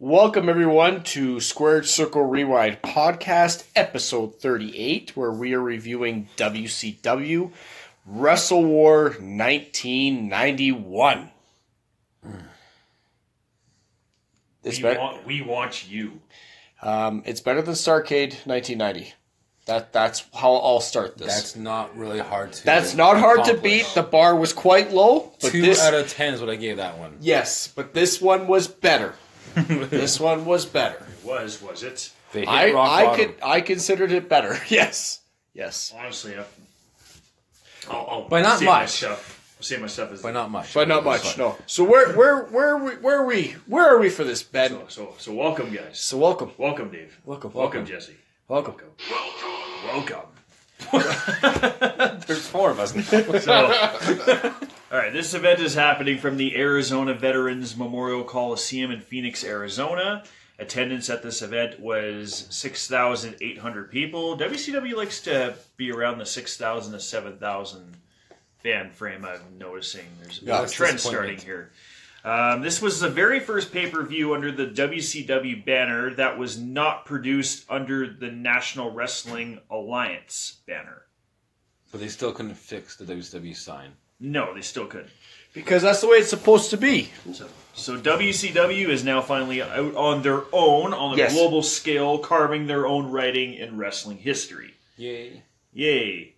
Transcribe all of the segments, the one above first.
Welcome, everyone, to Squared Circle Rewind Podcast, episode 38, where we are reviewing WCW Wrestle War 1991. Mm. It's, We bet- want, we want you. um, it's better than Starcade 1990. That, that's how I'll start this. That's, That's not really hard to. not hard to accomplish. beat. The bar was quite low, but Two this, out of ten is what I gave that one. yes, but this one was better. this one was better. It was, was it? They hit I, rock I bottom. could I considered it better. Yes. Yes. Honestly, I, I'll, I'll But not save my much. stuff. I'll save my stuff as but not much. But not It was much, fun. no. So where where where are we where are we where are we for this, Ben? So, so, so welcome, guys. So welcome. welcome, Dave. Welcome, welcome, welcome. Jesse. Welcome. Welcome. There's four of us. All right, this event is happening from the Arizona Veterans Memorial Coliseum in Phoenix, Arizona. Attendance at this event was 6,800 people. WCW likes to be around the 6,000 to 7,000 fan frame, I'm noticing. There's a that's trend starting disappointment. here. Um, this was the very first pay per view under the WCW banner that was not produced under the National Wrestling Alliance banner. but they still couldn't fix the WWE sign. No, they still could. Because that's the way it's supposed to be. So, so WCW is now finally out on their own, on the Yes. global scale, carving their own writing in wrestling history. Yay! Yay.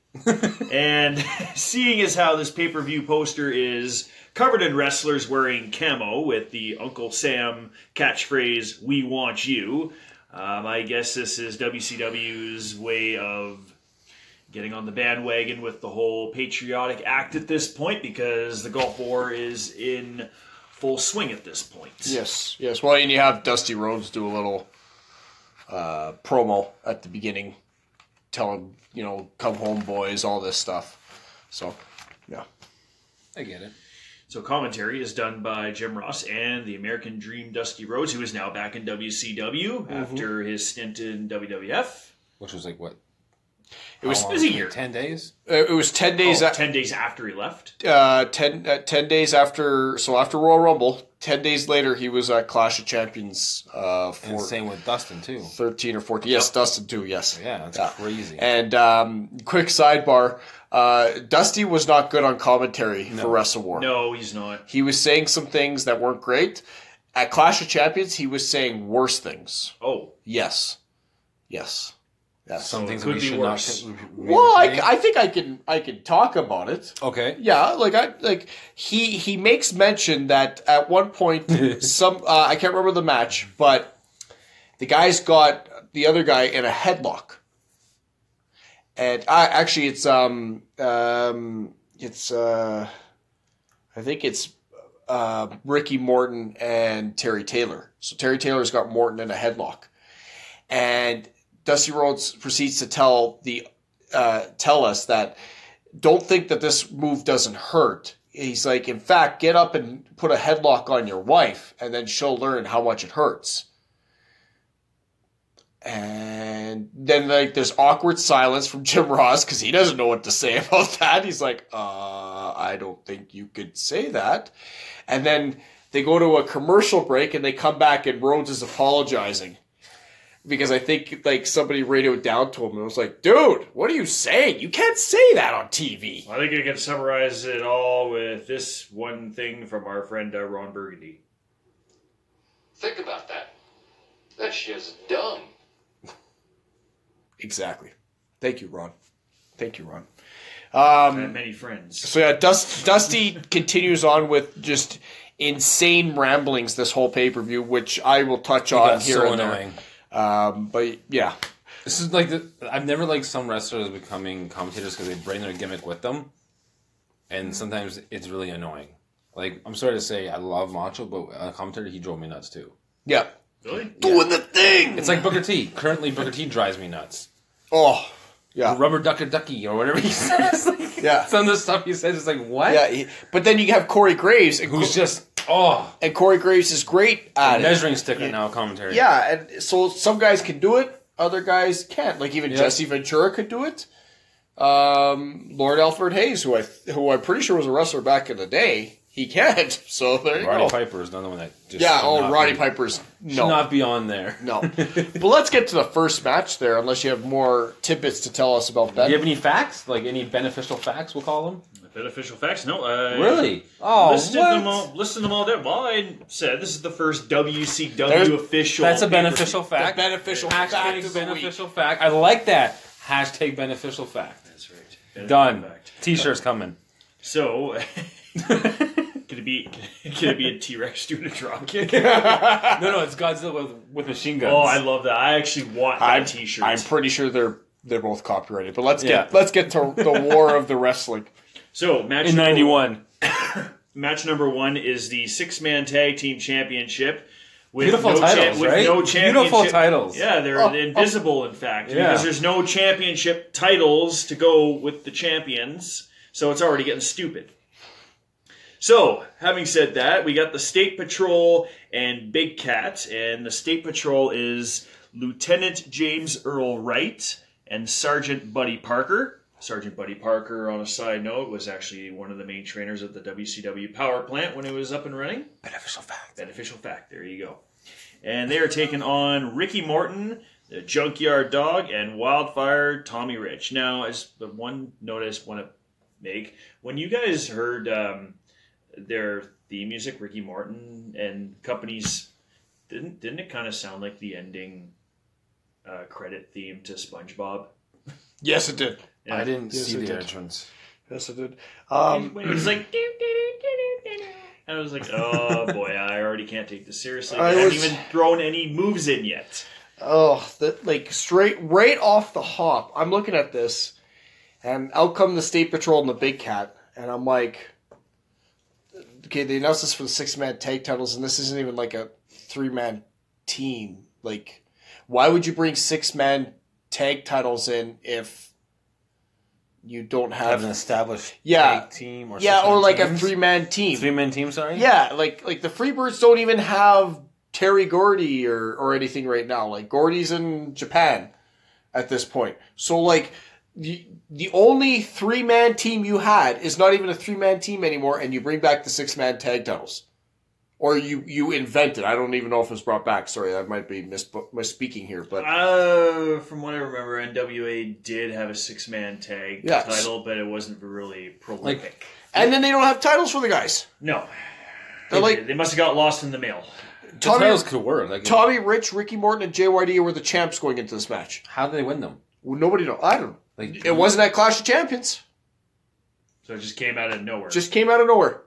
and seeing as how this pay per view poster is covered in wrestlers wearing camo with the Uncle Sam catchphrase, We Want You, um, I guess this is WCW's way of getting on the bandwagon with the whole patriotic act at this point because the Gulf War is in full swing at this point. Yes. Yes. Well, and you have Dusty Rhodes do a little uh, promo at the beginning, telling you know, come home, boys, all this stuff. So, yeah. I get it. So commentary is done by Jim Ross and the American Dream Dusty Rhodes, who is now back in WCW Mm-hmm. after his stint in WWF. Which was like what? It was How long? busy year. Ten days. it was ten days. Oh, a- Ten days after he left. uh, 10, uh, 10 days after, so after Royal Rumble, 10 days later, he was at Clash of Champions uh, And for same with Dustin too. 13 or 14. Yes, Dustin too, yes. Yeah, that's crazy. And um, quick sidebar uh, Dusty was not good on commentary for Wrestle War. No, he's not. He was saying some things that weren't great. At Clash of Champions, he was saying worse things. Oh, Yes. Yes. Yes. Some so things it could we be should worse. not. well, I, I think I can I can talk about it. okay. Yeah, like I like he he makes mention that at one point some uh, I can't remember the match, but the guy's got the other guy in a headlock, and I actually it's um um it's uh I think it's uh, Ricky Morton and Terry Taylor. So Terry Taylor's got Morton in a headlock, and Dusty Rhodes proceeds to tell the uh, tell us that don't think that this move doesn't hurt. He's like, in fact, get up and put a headlock on your wife, and then she'll learn how much it hurts. And then like there's awkward silence from Jim Ross because he doesn't know what to say about that. He's like, uh, I don't think you could say that. And then they go to a commercial break and they come back and Rhodes is apologizing. Because I think like somebody radioed down to him and was like, dude, what are you saying? You can't say that on TV. I think I can summarize it all with this one thing from our friend uh, Ron Burgundy. Think about that. That's just dumb. Exactly. Thank you, Ron. Thank you, Ron. Um, I have many friends. So yeah, Dust, Dusty continues on with just insane ramblings this whole pay per view, which I will touch on That's here so and there. annoying. Um, but yeah, This is like the, I've never liked some wrestlers becoming commentators because they bring their gimmick with them, and sometimes it's really annoying. Like I'm sorry to say, I love Macho, but a commentator he drove me nuts too. yeah, Really? doing the thing. It's like Booker T. Currently, Booker T. drives me nuts. Oh, yeah, Rubber ducker ducky or whatever he says. Like, Yeah. Some of the stuff he says is like what? yeah. he- But then you have Corey Graves, and, Who's just oh and Corey Graves is great at it. measuring stick right now commentary? Yeah, and so some guys can do it, other guys can't. Like even Jesse Ventura could do it. Um, Lord Alfred Hayes, who I who I'm pretty sure was a wrestler back in the day, He can't. So there you Roddy go. Piper is another one that just Yeah. should Oh, not Roddy be- Piper's should no, not be on there. no. But let's get to the first match there. Unless you have more tidbits to tell us about Do that. you have any facts? Like any beneficial facts? We'll call them. Beneficial facts? No. I Really? Oh, listed what? them all. Listed them all down. Well, I said this is the first WCW There's- official. That's a pay-per-view. beneficial fact. The beneficial Hashtag fact of the beneficial fact. I like that. Hashtag beneficial fact. That's right. Beneficial Done. fact. T-shirts coming. So, could it be? Could it be a T Rex doing a drop kick? No, no, it's Godzilla with, with machine guns. Oh, I love that. I actually want that T-shirt. I'm pretty sure they're they're both copyrighted. But let's Yeah. get let's get to the war of the wrestling. so match in number- '91. Match number one is the six-man tag team championship. With Beautiful no cha- titles, with right? no championship. Beautiful titles. Yeah, they're Oh, invisible, in fact, Yeah. because there's no championship titles to go with the champions. So it's already getting stupid. So, having said that, we got the State Patrol and Big Cat, and the State Patrol is Lieutenant James Earl Wright and Sergeant Buddy Parker. Sergeant Buddy Parker, on a side note, was actually one of the main trainers at the WCW power plant when it was up and running. Beneficial fact. Beneficial fact, there you go. And they are taking on Ricky Morton, the Junkyard Dog, and Wildfire Tommy Rich. Now, as the one notice I want to make, when you guys heard um, their theme music, Ricky Morton and companies, didn't didn't it kind of sound like the ending uh, credit theme to SpongeBob? Yes, it did. I didn't Yes, see it the did. entrance. Yes, it did. Um, When it was like. "Doo, doo, doo, doo, doo, doo," And I was like, "Oh boy, I already can't take this seriously." I I haven't was- even thrown any moves in yet. oh, the, like straight right off the hop. I'm looking at this, and out come the state patrol and the big cat, and I'm like, okay, they announced this for the six man tag titles, and this isn't even like a three man team. Like, why would you bring six man tag titles in if you don't have, established Yeah. tag team or yeah, or like a three man team? three man team. Sorry. Yeah, like like the Freebirds don't even have Terry Gordy or or anything right now. Like Gordy's in Japan at this point. So like the the only three man team you had is not even a three man team anymore, and you bring back the six man tag titles, or you you invent it. I don't even know if it was brought back. Sorry, I might be mis- misspeaking here, but Uh, from what I remember, NWA did have a six man tag Yeah. title, but it wasn't really prolific. Like- and then they don't have titles for the guys. no, They're they, like they must have got lost in the mail. The Tommy- titles could work. Like, Tommy Rich, Ricky Morton, and JYD were the champs going into this match. how do they win them? Well, nobody know. I don't. know. Like It wasn't at Clash of Champions. So it just came out of nowhere. Just came out of nowhere.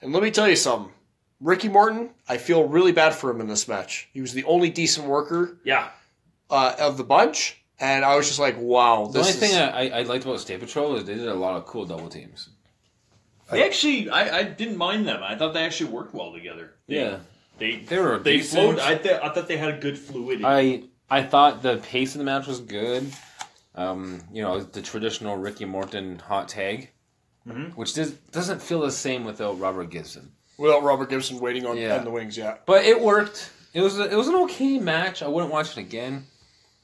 And let me tell you something. Ricky Morton, I feel really bad for him in this match. He was the only decent worker yeah, uh, of the bunch, and I was just like, wow, The only this is. thing I, I- I liked about State Patrol is they did a lot of cool double teams. they actually, I, I didn't mind them. I thought they actually worked well together. They, Yeah, they they were. they decent. flowed. I, th- I thought they had a good fluidity. I I thought the pace of the match was good. Um, you know, the traditional Ricky Morton hot tag, Mm-hmm. which does, doesn't feel the same without Robert Gibson. Without Robert Gibson waiting on, Yeah. on the wings, yeah. But it worked. It was a, it was an okay match. I wouldn't watch it again.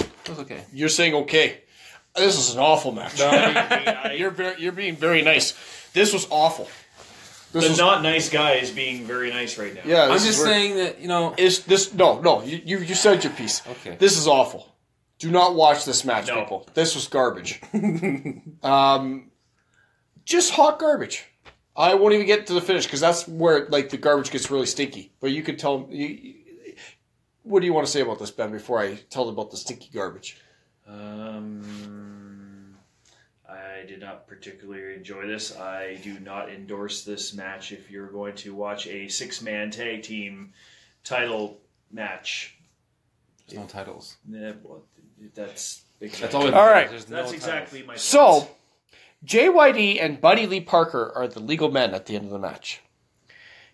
It was okay. You're saying, okay, this is an awful match. you're, very, you're being very nice. This was awful. This the was, not nice guy is being very nice right now. yeah, I'm this is just where- saying that you know. It's this no no you, you you said your piece. Okay. This is awful. Do not watch this match, No. people. This was garbage. um, just hot garbage. I won't even get to the finish because that's where like the garbage gets really stinky. But you could tell you. you- What do you want to say about this, Ben? Before I tell them about the stinky garbage, Um, I did not particularly enjoy this. I do not endorse this match if you're going to watch a six man tag team title match. There's no titles. Eh, well, That's exactly, That's all. we- All right. There's no that's titles. exactly my so thoughts. JYD and Buddy Lee Parker are the legal men at the end of the match.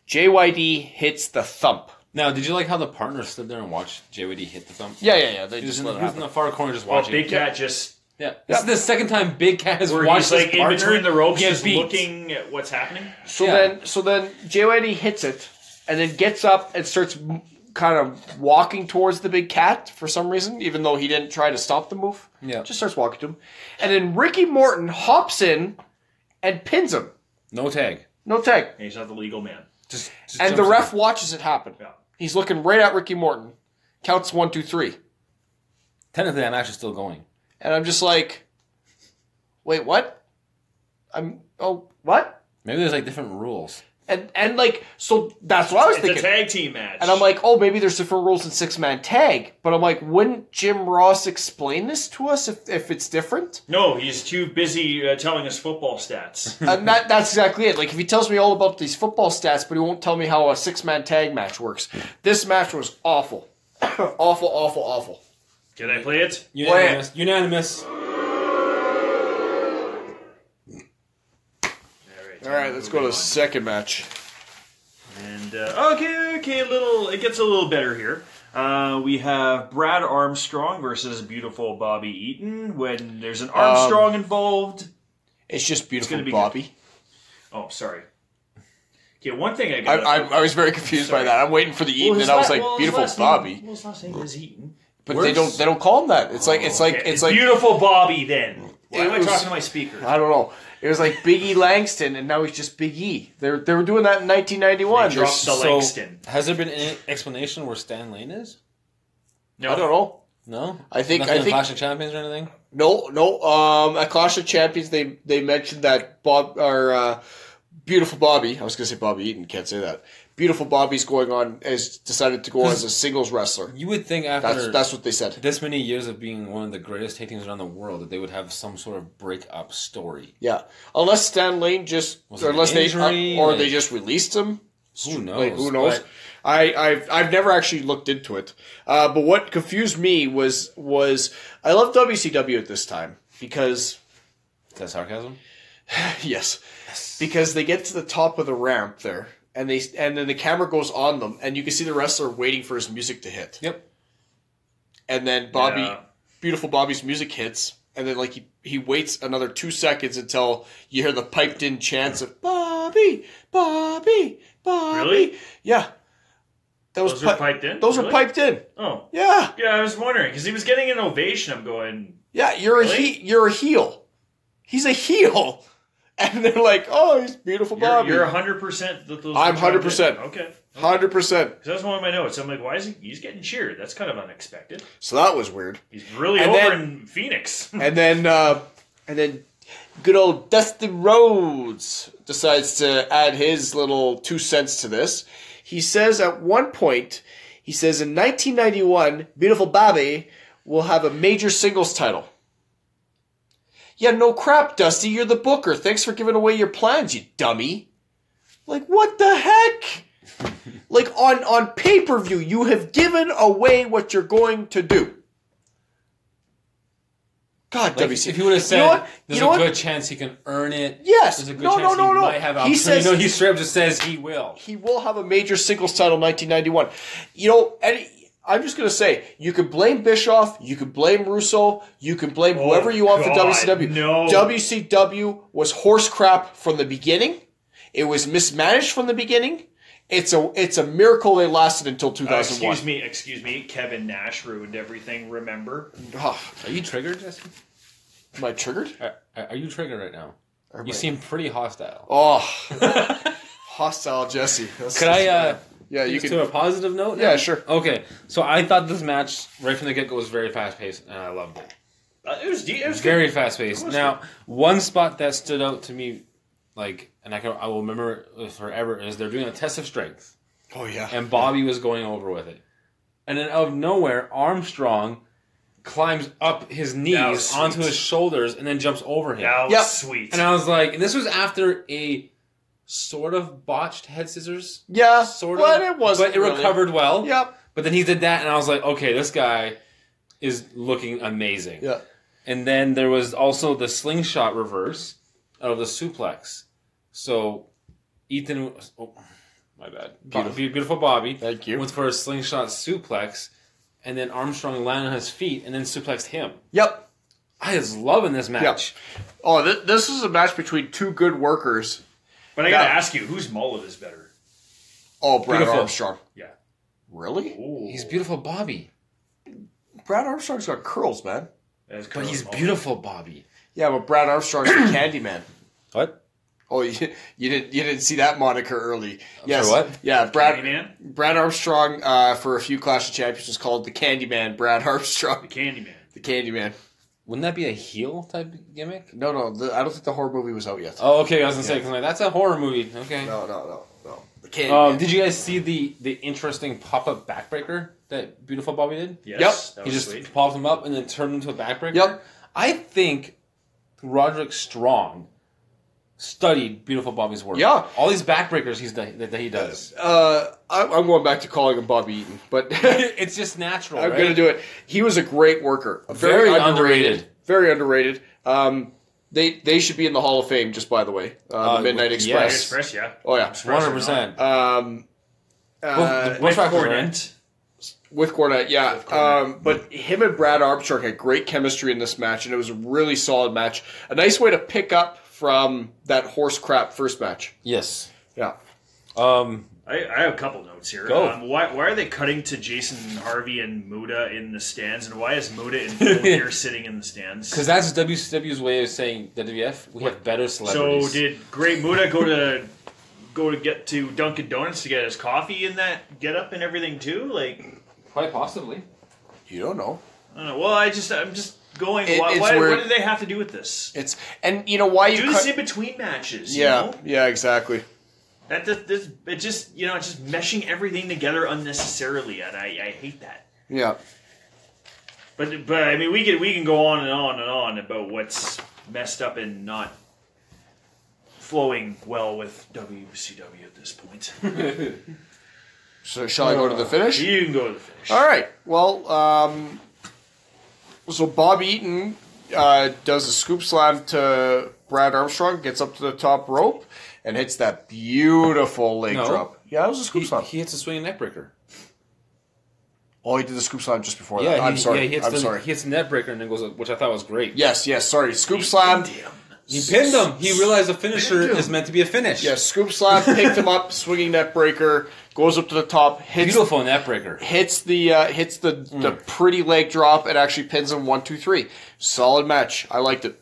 JYD hits the thump. Now, did you like how the partner stood there and watched JWD hit the thump? Yeah, yeah, yeah. They He was, just in the, let it he was happen. in the far corner just Well, watching. Big Cat just yeah. This is the second time Big Cat has where he's watched his like in partner between the ropes, get just beat. looking at what's happening. So Yeah. then, so then JYD E hits it, and then gets up and starts m- kind of walking towards the big cat for some reason, even though he didn't try to stop the move. Yeah. just starts walking to him, and then Ricky Morton hops in and pins him. No tag. No tag. And he's not the legal man. Just, just And the jumps ref in. watches it happen. Yeah. He's looking right at Ricky Morton. Counts one, two, three. Technically, I'm actually still going. And I'm just like, wait, what? I'm, oh, what? Maybe there's like different rules. And, and like, so that's what I was It's thinking. a tag team match. And I'm like, oh, maybe there's different rules in six man tag. But I'm like, wouldn't Jim Ross explain this to us if, if it's different? no, he's too busy uh, telling us football stats. and that that's exactly it. Like if he tells me all about these football stats, but he won't tell me how a six man tag match works. This match was awful, awful, awful, awful. Can I play it? Unanimous. Unanimous. All right, let's go to the second match. And uh, okay, okay, a little. It gets a little better here. Uh, we have Brad Armstrong versus beautiful Bobby Eaton. When there's an Armstrong Um, involved. It's just beautiful, gonna be Bobby. Oh, sorry. Okay, one thing I I, got. I, I was very confused by that. I'm waiting for the Eaton, and I was like, beautiful Bobby. well, his last name is Eaton. but they don't they don't call him that. It's like it's like Okay, it's like beautiful Bobby. Then why It am I was- talking to my speaker? I don't know. It was like Big E Langston, and now he's just Big E. They they were doing that in 1991. They There's- dropped The Langston. has there been any explanation where Stan Lane is? No, I don't know. No, I think- Nothing I in think- Clash of Champions or anything. No, no. Um, at Clash of Champions, they they mentioned that Bob or uh, beautiful Bobby. I was gonna say Bobby Eaton. Can't say that. Beautiful Bobby's going on has decided to go on as a singles wrestler. You would think That's after that's what they said. this many years of being one of the greatest tag teams around the world that they would have some sort of breakup story. Yeah, unless Stan Lane just Was it or an unless they uh, injury? or they just released him. Who knows? Like, who knows? But Oh, I, I've I've never actually looked into it. Uh, but what confused me was was I love WCW at this time because is that sarcasm? Yes. Because they get to the top of the ramp there and they and then the camera goes on them and you can see the wrestler waiting for his music to hit. Yep. And then Bobby Yeah. beautiful Bobby's music hits and then like he, he waits another 2 seconds until you hear the piped in chants of Bobby, Bobby, Bobby. Really? Yeah. That was those were pi- piped in. Those were Really? piped in. Oh, Yeah. yeah. I was wondering because he was getting an ovation. I'm going. Yeah, you're a Really? he, you're a heel. He's a heel. And they're like, "Oh, he's beautiful You're, Bobby." you're 100. percent that those. were I'm piped in. 100%. Okay. Hundred percent. Because that's one of my notes. I'm like, why is he? He's getting cheered. That's kind of unexpected. So that was weird. He's really And over then- in Phoenix. And then, uh, and then, good old Dusty Rhodes decides to add his little two cents to this. He says at one point, he says in 1991, Beautiful Bobby will have a major singles title. Yeah, no crap, Dusty. You're the booker. Thanks for giving away your plans, you dummy. Like what the heck? like on on pay per view, you have given away what you're going to do. God, Like, WC. if he would have said, you know what? "There's you know a what? good chance he can earn it." Yes. There's a good No, chance no, no, he no. might have He opportunity. says- no, he straight up just says he will. he will have a major singles title 1991. You know, and I'm just gonna say, you can blame Bischoff, you can blame Russo, you can blame whoever you want Oh, God, for WCW. no. WCW was horse crap from the beginning. It was mismanaged from the beginning. It's a it's a miracle they lasted until Uh, 2001. excuse me, excuse me. Kevin Nash ruined everything. Remember? Ugh, Are you triggered, Jesse? Ah, am I triggered? Are, are you triggered right now? Or am You I- seem pretty hostile. oh hostile Jesse. That's- Could I uh, yeah, you take us can. to a positive note? Yeah, now? sure. Okay, so I thought this match right from the get go was very fast paced, and I loved it. Uh, it was. de- It was good. Very fast paced. Now, one spot that stood out to me, like, and I can I will remember it forever is they're doing a test of strength, oh yeah. and Bobby was going over with it, and then out of nowhere, Armstrong climbs up his knees sweet. onto his shoulders and then jumps over him. That was Yep. sweet. And I was like, and this was after a sort of botched head scissors. yeah, Sort but of. it wasn't. But it really. recovered well. Yep. But then he did that, and I was like, okay, this guy is looking amazing. Yeah. And then there was also the slingshot reverse of the suplex. So Ethan, was- oh, my bad, beautiful, beautiful Bobby. Thank you. Went for a slingshot suplex, and then Armstrong landed on his feet and then suplexed him. Yep. I was loving this match. Oh, th- this is a match between two good workers. but I gotta Yeah. ask you, whose mullet is better? Oh, Brad Beautiful. Armstrong. Yeah. Really? Ooh. He's beautiful, Bobby. Brad Armstrong's got curls, man. That was But Curly's he's mullet. beautiful, Bobby. Yeah, but Brad Armstrong's a candy man. What? Oh, you, you didn't you didn't see that moniker early. yes, sorry, what? yeah, Brad Candyman? Brad Armstrong uh, for a few Clash of Champions was called the Candyman. Brad Armstrong, Candyman. the Candyman. Wouldn't that be a heel type gimmick? No, no, the, I don't think the horror movie was out yet. Oh, okay. I was gonna say 'cause I'm like, that's a horror movie. Okay. No, no, no, no. The Candyman. Um, did you guys see the the interesting pop up backbreaker that beautiful Bobby did? Yep. Yes, that He was just sweet. popped him up and then turned him into a backbreaker. Yep. I think Roderick Strong studied beautiful Bobby's work. Yeah. All these backbreakers he's done, that, that he does. Uh, I'm, I'm going back to calling him Bob Eaton, but it's just natural. I'm right? going to do it. He was a great worker, A Very underrated. very underrated. Um, they they should be in the Hall of Fame. Just by the way, uh, Uh, the Midnight yes. Express. Express, yeah. Oh yeah. Express or Hundred percent. Um, uh, Both not. records are in. Cornet. with Cornette, yeah. Cornette. Um, but him and Brad Armstrong had great chemistry in this match, and it was a really solid match. A nice way to pick up from that horse crap first match. Yes. Yeah. Um, I, I have a couple notes here. Go. Um, why, why are they cutting to Jason Harvey and Muda in the stands, and why is Muda in full gear sitting in the stands? Because that's WCW's way of saying WWF. We have better So celebrities. did Great Muda go to go to get to Dunkin' Donuts to get his coffee in that get up and everything too? Like quite possibly. You don't know. I don't know. Well, I just I'm just going. It- why, it's why, weird. what do they have to do with this? It's and you know why you Do cut- this in between matches. yeah, You know? yeah, exactly. That this, this it just you know it's just meshing everything together unnecessarily, and I, I hate that. Yeah. But but I mean we can we can go on and on and on about what's messed up and not flowing well with WCW at this point. So shall I go to the finish? you can go to the finish. All right. Well, um, so Bob Eaton uh, does a scoop slam to Brad Armstrong, gets up to the top rope, and hits that beautiful leg No. drop. Yeah, that was a scoop He, slam. he hits a swinging neckbreaker. oh, he did the scoop slam just before Yeah, that. I'm he, sorry. Yeah, he hits I'm the, sorry. He hits the neckbreaker and then goes, up, which I thought was great. yes, yes. Sorry. Scoop slam. Damn. He pinned him. He realized a finisher Pinned him. is meant to be a finish. Yes, scoop slam. Picked him up, swinging net breaker. Goes up to the top. Hits Beautiful Hmm. neckbreaker. hits the uh, hits the the pretty leg drop and actually pins him one two three. Solid match. I liked it.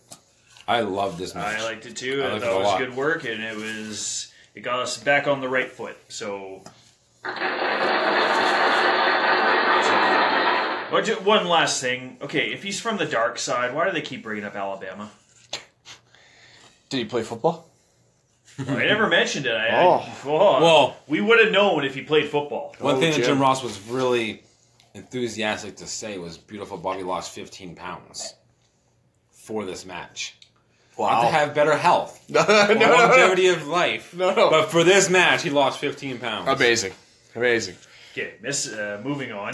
I love this match. I liked it too. I I liked thought it a it was lot. good work, and it was it got us back on the right foot. So. Oh, ju- One last thing. Okay, if he's from the dark side, why do they keep bringing up Alabama? Did he play football? I never mentioned it. I, Oh. I, well, Mm-hmm. Well- we would have known if he played football. One Oh, thing that Jim. Jim Ross was really enthusiastic to say was beautiful Bobby lost 15 pounds for this match. Not to have better health, no, no, or no, longevity of life, No, no. but for this match, he lost 15 pounds. Amazing, amazing. Okay, miss. Uh, moving on.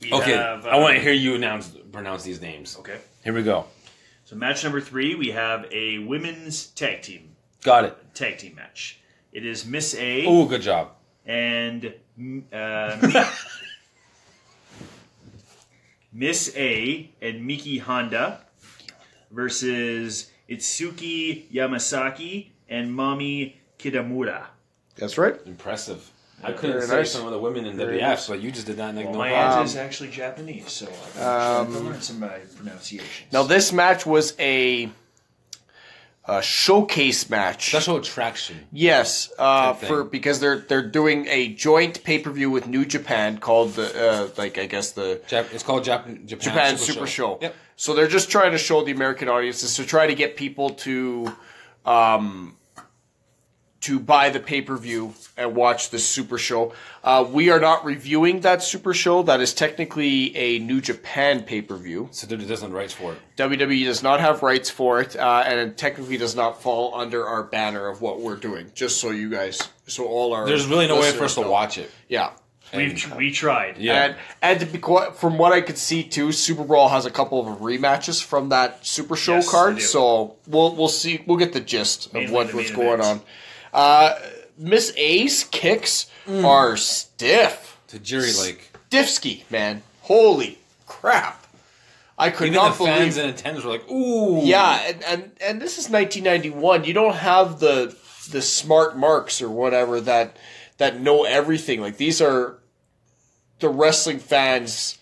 We Okay, have, uh, I want to hear you announce pronounce these names. Okay, Here we go. so match number three, we have a women's tag team Got it. tag team match. It is Miss A. Oh, good job. and uh, Mi- Miss A and Miki Honda versus Itsuki Yamasaki and Mami Kidamura. That's right. Impressive. I couldn't Very say nice. some of the women in Very WF, nice. but you just did not make Well, no my problem. aunt is actually Japanese, so I have to learn some of my pronunciations. Now this match was a, a showcase match. Special attraction. Yes, uh, Type thing. for because they're they're doing a joint pay per view with New Japan called the uh, like I guess the Jap- it's called Japan Japan, Japan Super, Show. Yep. So they're just trying to show the American audiences to try to get people to um, to buy the pay per view and watch the Super Show. Uh, we are not reviewing that Super Show. That is technically a New Japan pay per view. So there doesn't rights for it. WWE E does not have rights for it, uh, and it technically does not fall under our banner of what we're doing. Just so you guys, so all our There's really no way for listeners us to know. watch it. Yeah. we we tried. Yeah. And, and to be quite, from what I could see too, Super Brawl has a couple of rematches from that Super Show Yes, they card, do. so we'll we'll see we'll get the gist of Mainly what, the what's main going on. events. Uh, Miss Ace kicks Mm. are stiff, to Jerry Lake. stiffsky man. Holy crap! I could Even the not believe. fans and attendants were like, "Ooh, yeah, and, and and this is 1991. You don't have the the smart marks or whatever that that know everything. Like these are the wrestling fans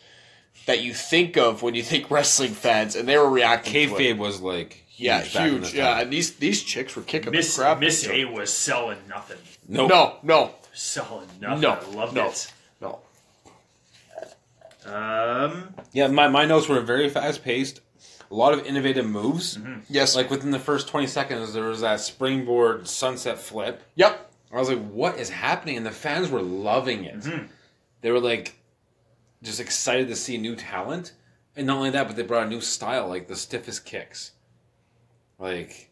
that you think of when you think wrestling fans, and they were reacting. to it. Kayfabe was like, huge. yeah, back in huge. this Yeah, time. and these these chicks were kicking Miss the crap. Miss out of A each was selling nothing. Nope. other. No, no, Selling nothing. No, I loved no. it. no. Um, Yeah, my, my notes were very fast paced. A lot of innovative moves. Yes. Like within the first 20 seconds, there was that springboard sunset flip. yep. I was like, what is happening? And the fans were loving it. Mm-hmm. They were like, just excited to see new talent. And not only that, but they brought a new style, like the stiffest kicks, like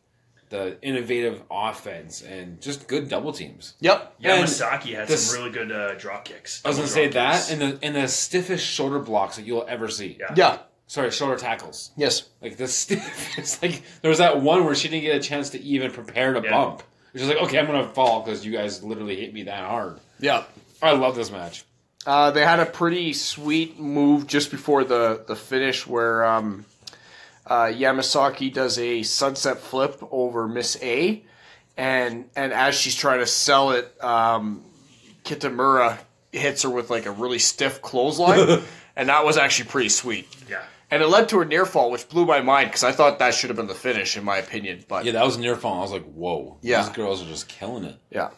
the innovative offense, and just good double teams. Yep. And Yamasaki had this- some really good uh, drop kicks. I was gonna Double say drop that, kicks. and the and the stiffest shoulder blocks that you'll ever see. Yeah. Yeah. Sorry, shoulder tackles. Yes. Like the stiffest. Like there was that one where she didn't get a chance to even prepare to Yeah. bump. She's like, okay, I'm gonna fall because you guys literally hit me that hard. Yeah. I love this match. Uh, they had a pretty sweet move just before the, the finish where um, uh, Yamasaki does a sunset flip over Miss A. And, and as she's trying to sell it, um, Kitamura hits her with like a really stiff clothesline. and that was actually pretty sweet. yeah, And it led to a near fall, which blew my mind because I thought that should have been the finish, in my opinion. But Yeah, that was near fall. I was like, whoa. Yeah. These girls are just killing it. yeah.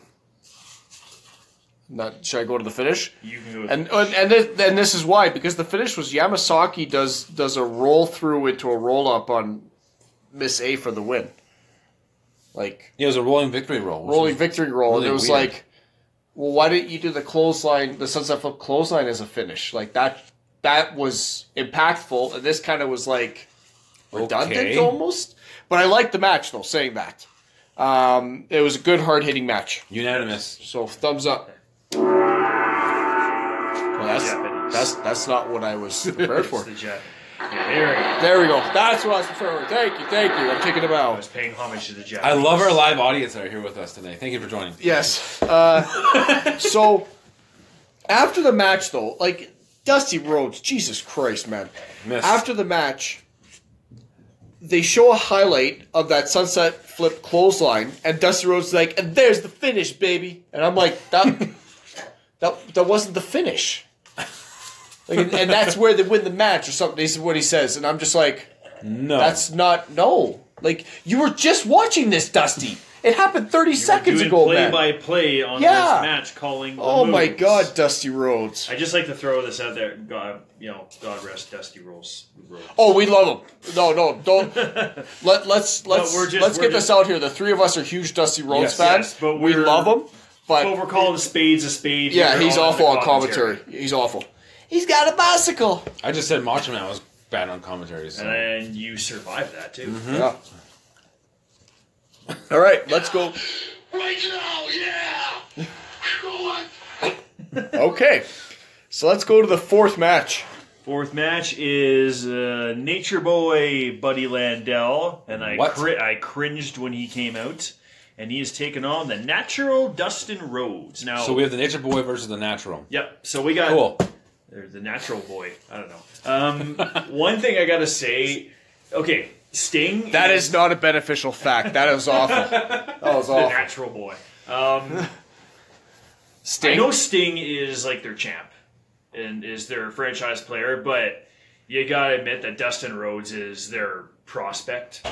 Not, should I go to the finish? you can go. With And and and this, and this is why because the finish was Yamasaki does does a roll through into a roll up on Miss A for the win, like Yeah, it was a rolling victory roll. which rolling was- victory roll, and really it was weird. like, well, why didn't you do the clothesline, the sunset flip clothesline as a finish? Like that that was impactful, and this kind of was like redundant Okay. almost. But I liked the match though. Saying that, um, it was a good hard hitting match. Unanimous. So thumbs up. Well, that's, Japanese. that's that's not what I was prepared for. the Jap- There we go. There we go. That's what I was prepared for. Thank you, thank you. I'm taking a I bow. was paying homage to the Japanese. I love our live audience that are here with us today. Thank you for joining. Yes. Uh, so after the match, though, like Dusty Rhodes, Jesus Christ, man. Missed. After the match, they show a highlight of that sunset flip clothesline, and Dusty Rhodes is like, "And there's the finish, baby." And I'm like, "That, that, that wasn't the finish." Like, and, and that's where they win the match or something. Is what he says, and I'm just like, No. That's not no. Like you were just watching this, Dusty. It happened thirty seconds doing ago, play man. by play on Yeah. this match, calling. the oh my moves. God, Dusty Rhodes. I just like to throw this out there. God, you know, God rest Dusty Rolls. Rhodes. Oh, we love him. No, no, don't. Let let's let's we're let's just- get we're just- this out here. The three of us are huge Dusty Rhodes Yes. fans. Yes, but we we're- love him. But But we're calling spades a spade. yeah, here he's awful the on commentary. He's awful. He's got a bicycle. I just said Macho Man was bad on commentary. So. And you survived that too. Yeah. All right, let's go. Right now, yeah! You know what? Okay, so let's go to the fourth match. Fourth match is uh, Nature Boy Buddy Landell, and I What? cri- I cringed when he came out, and he is taking on the Natural Dustin Rhodes. Now, So we have the Nature Boy versus the Natural. yep. So we got Cool. Or the natural boy. I don't know. Um, one thing I gotta say, okay, Sting. That is not a beneficial fact. That is awful. That was the awful. natural boy. Um, I Sting. know Sting is like their champ and is their franchise player, but you gotta admit that Dustin Rhodes is their prospect.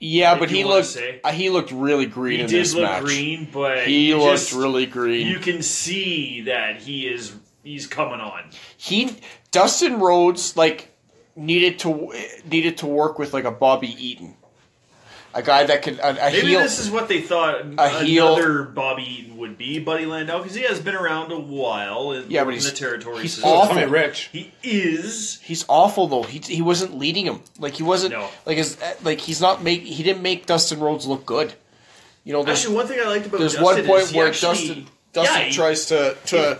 Yeah, if but you he wanna looked say. uh, he looked really green He in did this look match. green, but He you looked just- really green. You can see that he is he's coming on. he Dustin Rhodes like needed to needed to work with like a Bobby Eaton, a guy that could a, a Maybe heel. this is what they thought another heel- Bobby Eaton would be, Buddy Landau, because he has been around a while in, Yeah, but in he's- the territory. he's system. awful. Tommy Rich. He is. he's awful though. He he wasn't leading him. Like he wasn't No. like his like he's not make he didn't make Dustin Rhodes look good. You know, there's Actually, one thing I liked about there's Dustin one point is he where actually- Dustin Dustin yeah, he- tries to to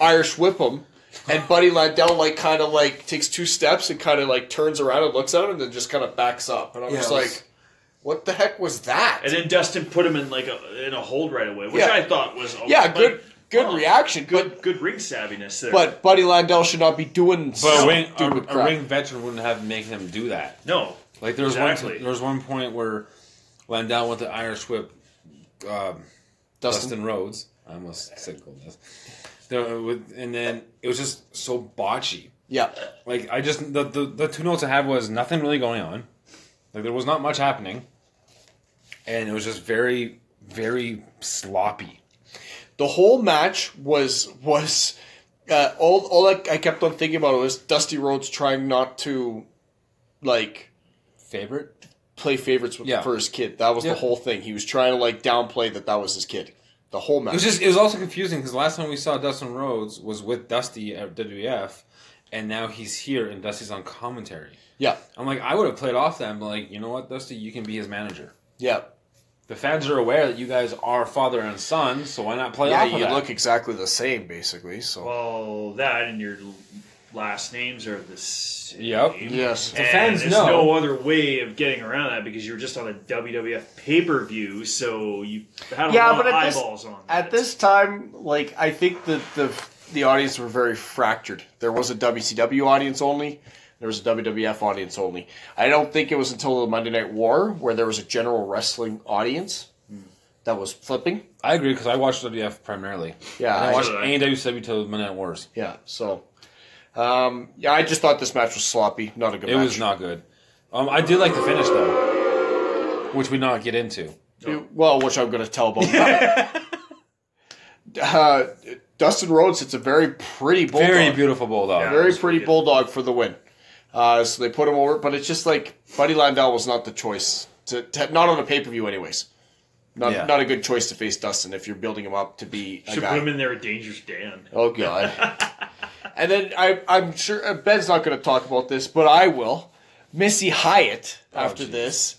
Irish whip him, and Buddy Landell like kind of like takes two steps and kind of like turns around and looks at him, and then just kind of backs up. And I'm Yeah, just it was- like, what the heck was that? and then Dustin put him in like a in a hold right away, which Yeah. I thought was a- yeah, like, good good oh, reaction, good good. good ring savviness there. But Buddy Landell should not be doing But a stupid ring, a, a crap. ring veteran wouldn't have made him do that. no, Like there was Exactly. one there was one point where Landau went to Irish whip um, Dustin. Dustin Rhodes. I almost said Goldust. There, with, and then it was just so botchy. Yeah, Like I just the, the the two notes I have was nothing really going on. Like there was not much happening, and it was just very, very sloppy. The whole match was was uh, all all I, I kept on thinking about was Dusty Rhodes trying not to like Favorite? play favorites with Yeah. for his kid. That was Yeah. the whole thing. He was trying to like downplay that that was his kid. The whole It match. was just. It was also confusing because last time we saw Dustin Rhodes was with Dusty at WWF, and now he's here and Dusty's on commentary. yeah, I'm like, I would have played off that and been like, you know what, Dusty, you can be his manager. yeah, The fans are aware that you guys are father and son, so why not play yeah. off of You that? look exactly the same, basically. So Well, that and your last names are the same. Yep. yes, The And fans there's know. no other way of getting around that because you were just on a WWF pay per view, so you had a Yeah, lot but of at this- eyeballs on At that. this time, like I think that the the audience were very fractured. There was a WCW audience only. There was a WWF audience only. I don't think it was until the Monday Night War where there was a general wrestling audience that was flipping. I agree because I watched WWF primarily. Yeah, I, I- watched AEW till Monday Night Wars. Yeah. So, um, yeah, I just thought this match was sloppy. Not a good. It match. was not good. Um, I did like the finish though, which we not get into. It- well, which I'm going to tell about. uh, Dustin Rhodes hits a very pretty bulldog. Very beautiful bulldog. Yeah. Very That's pretty good. bulldog for the win. Uh, so they put him over, but it's just like Buddy Landau was not the choice to, to not on a pay per view, anyways. Not Yeah. not a good choice to face Dustin if you're building him up to be a Should guy. put him in there, with Dangerous Dan. Oh god. and then I, I'm sure uh, Ben's not going to talk about this, but I will. Missy Hyatt, after Oh, jeez. this,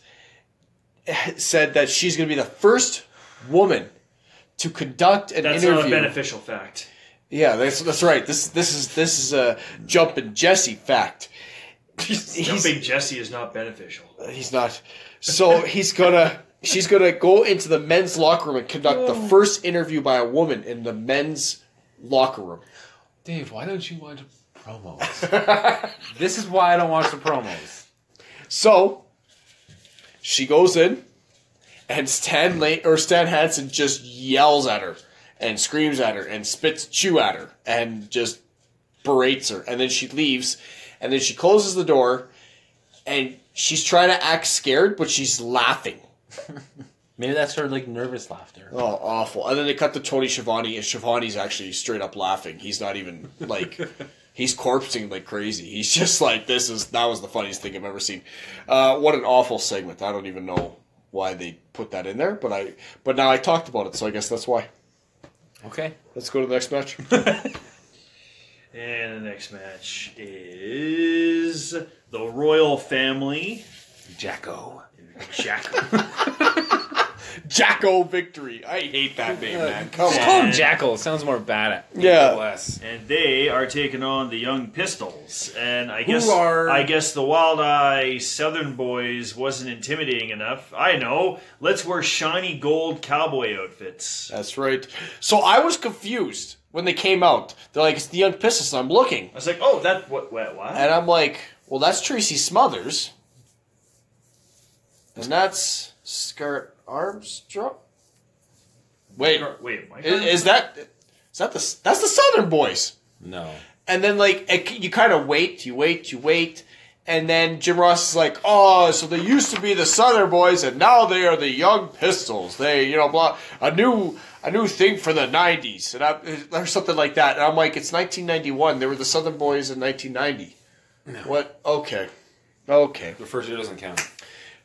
said that she's going to be the first woman to conduct an That's not a interview. beneficial fact. Yeah, that's that's right. This this is this is a jumping Jesse fact. He's- Jumping Jesse is not beneficial. He's not. So he's gonna. She's gonna go into the men's locker room and conduct the first interview by a woman in the men's locker room. Dave, why don't you watch promos? this is why I don't watch the promos. So she goes in, and Stan La- or Stan Hansen just yells at her and screams at her and spits chew at her and just berates her. And then she leaves, and then she closes the door, and she's trying to act scared, but she's laughing. Maybe that's her like nervous laughter. Oh, awful. And then they cut to Tony Schiavone, and Schiavone's actually straight up laughing. He's not even like. He's corpsing like crazy. He's just like, this is, that was the funniest thing I've ever seen. Uh, what an awful segment. I don't even know why they put that in there, but I, but now I talked about it, so I guess that's why. Okay. Let's go to the next match. And the next match is the royal family. Jacko. Jack. Jacko Victory. I hate that name, man. Uh, Come Just on. call him Jackal. It sounds more bad. Yeah. Bless. and they are taking on the Young Pistols. And I Who guess are- I guess the Wild Eye Southern Boys wasn't intimidating enough. I know. Let's wear shiny gold cowboy outfits. That's right. So I was confused when they came out. They're like, it's the Young Pistols, and I'm looking. I was like, oh, that what what what? And I'm like, well, that's Tracy Smothers. And that's Scarlett Armstrong. Wait, Wait, Mike. is, is that is that the that's the Southern Boys? No. And then like it, you kind of wait, you wait, you wait, and then Jim Ross is like, oh, so they used to be the Southern Boys, and now they are the Young Pistols. They, you know, blah, a new a new thing for the '90s, and I, or something like that. And I'm like, it's 1991. They were the Southern Boys in 1990. What? Okay, okay. The first year doesn't count.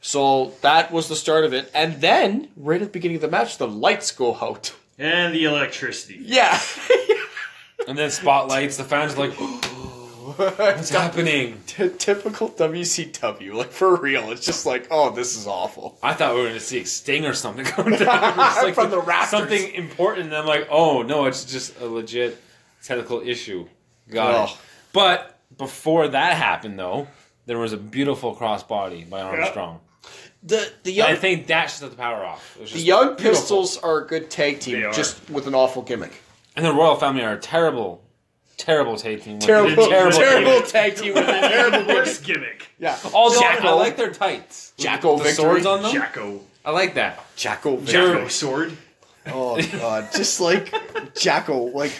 So that was the start of it, and then right at the beginning of the match, the lights go out. and the electricity. Yeah. And then spotlights. The fans are like, what's happening? T- typical WCW, like for real. It's just like, oh, this is awful. I thought we were going to see a sting or something come down. It's like From the rafters. Something important. And I'm like, oh, no, it's just a legit technical issue. Got Ugh. it. But before that happened, though, there was a beautiful crossbody by Armstrong. The the And I young think that should set the power off. It was the just young beautiful. pistols are a good tag They team, are. just with an awful gimmick. And the Royal Family are a terrible, terrible tag team. with Terrible, a terrible, terrible gimmick. tag team with a terrible gimmick. Worst gimmick. Yeah, Although Jacko, I like their tights. Jacko the victory. swords on them. Jacko. I like that. Jacko. Jacko sword. Oh god, just like Jacko. Like I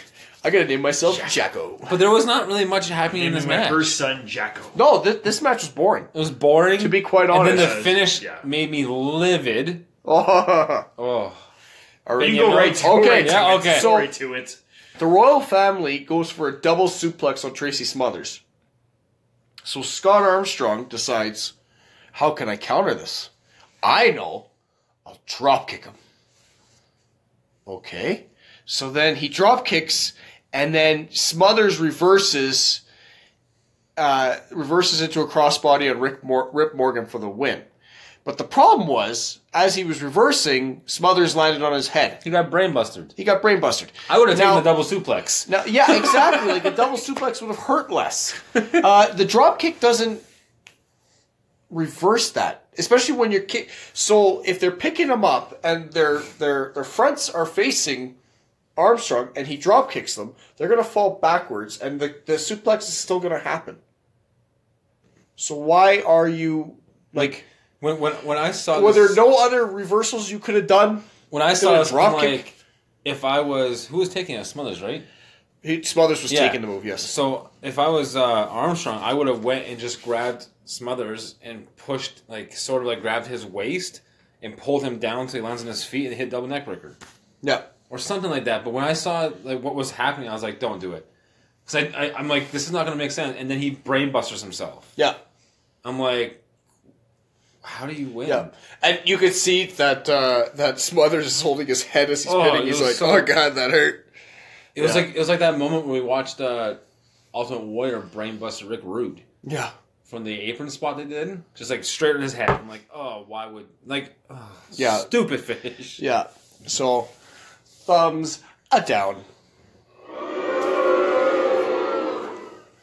I gotta name myself Jacko. But there was not really much happening in And this my match. first son, Jacko. No, this, this match was boring. It was boring. To be quite and then honest. the honest, finish yeah. made me livid. Oh, You Alright. go right to Okay, right to yeah, it. okay. Go right to it. The royal family goes for a double suplex on Tracy Smothers. So Scott Armstrong decides, how can I counter this? I know. I'll drop kick him. Okay. So then he drop kicks, and then Smothers reverses, uh, reverses into a crossbody on Rick Mor- Rip Morgan for the win. But the problem was, as he was reversing, Smothers landed on his head. he got brain busted. He got brain busted. I would have taken Now- the double suplex. now, yeah, exactly. like a double suplex would have hurt less. Uh, the drop kick doesn't reverse that, especially when you're kick. So if they're picking him up and their their their fronts are facing Armstrong and he drop kicks them, they're gonna fall backwards, and the the suplex is still gonna happen. So why are you like? When when when I saw Were there this- no other reversals you could have done? when I saw a this, I'm drop like, kick? if I was who was taking it? Smothers, right? He, Smothers was Yeah. taking the move. Yes. So if I was uh, Armstrong, I would have went and just grabbed Smothers and pushed, like sort of like grabbed his waist and pulled him down till he lands on his feet and hit double neckbreaker Yeah. or something like that. But when I saw like what was happening, I was like, don't do it, because I, I I'm like this is not gonna make sense. And then he brain busters himself. Yeah. I'm like, how do you win? Yeah, and you could see that uh, that Smothers is holding his head as he's Oh, pinning. it He's was like, so- "Oh God, that hurt." It was Yeah. like it was like that moment when we watched uh, Ultimate Warrior brain buster Rick Rude. Yeah, from the apron spot they did, just like straight on his head. I'm like, oh, why would like, ugh, Yeah. stupid finish. yeah. So, thumbs a down.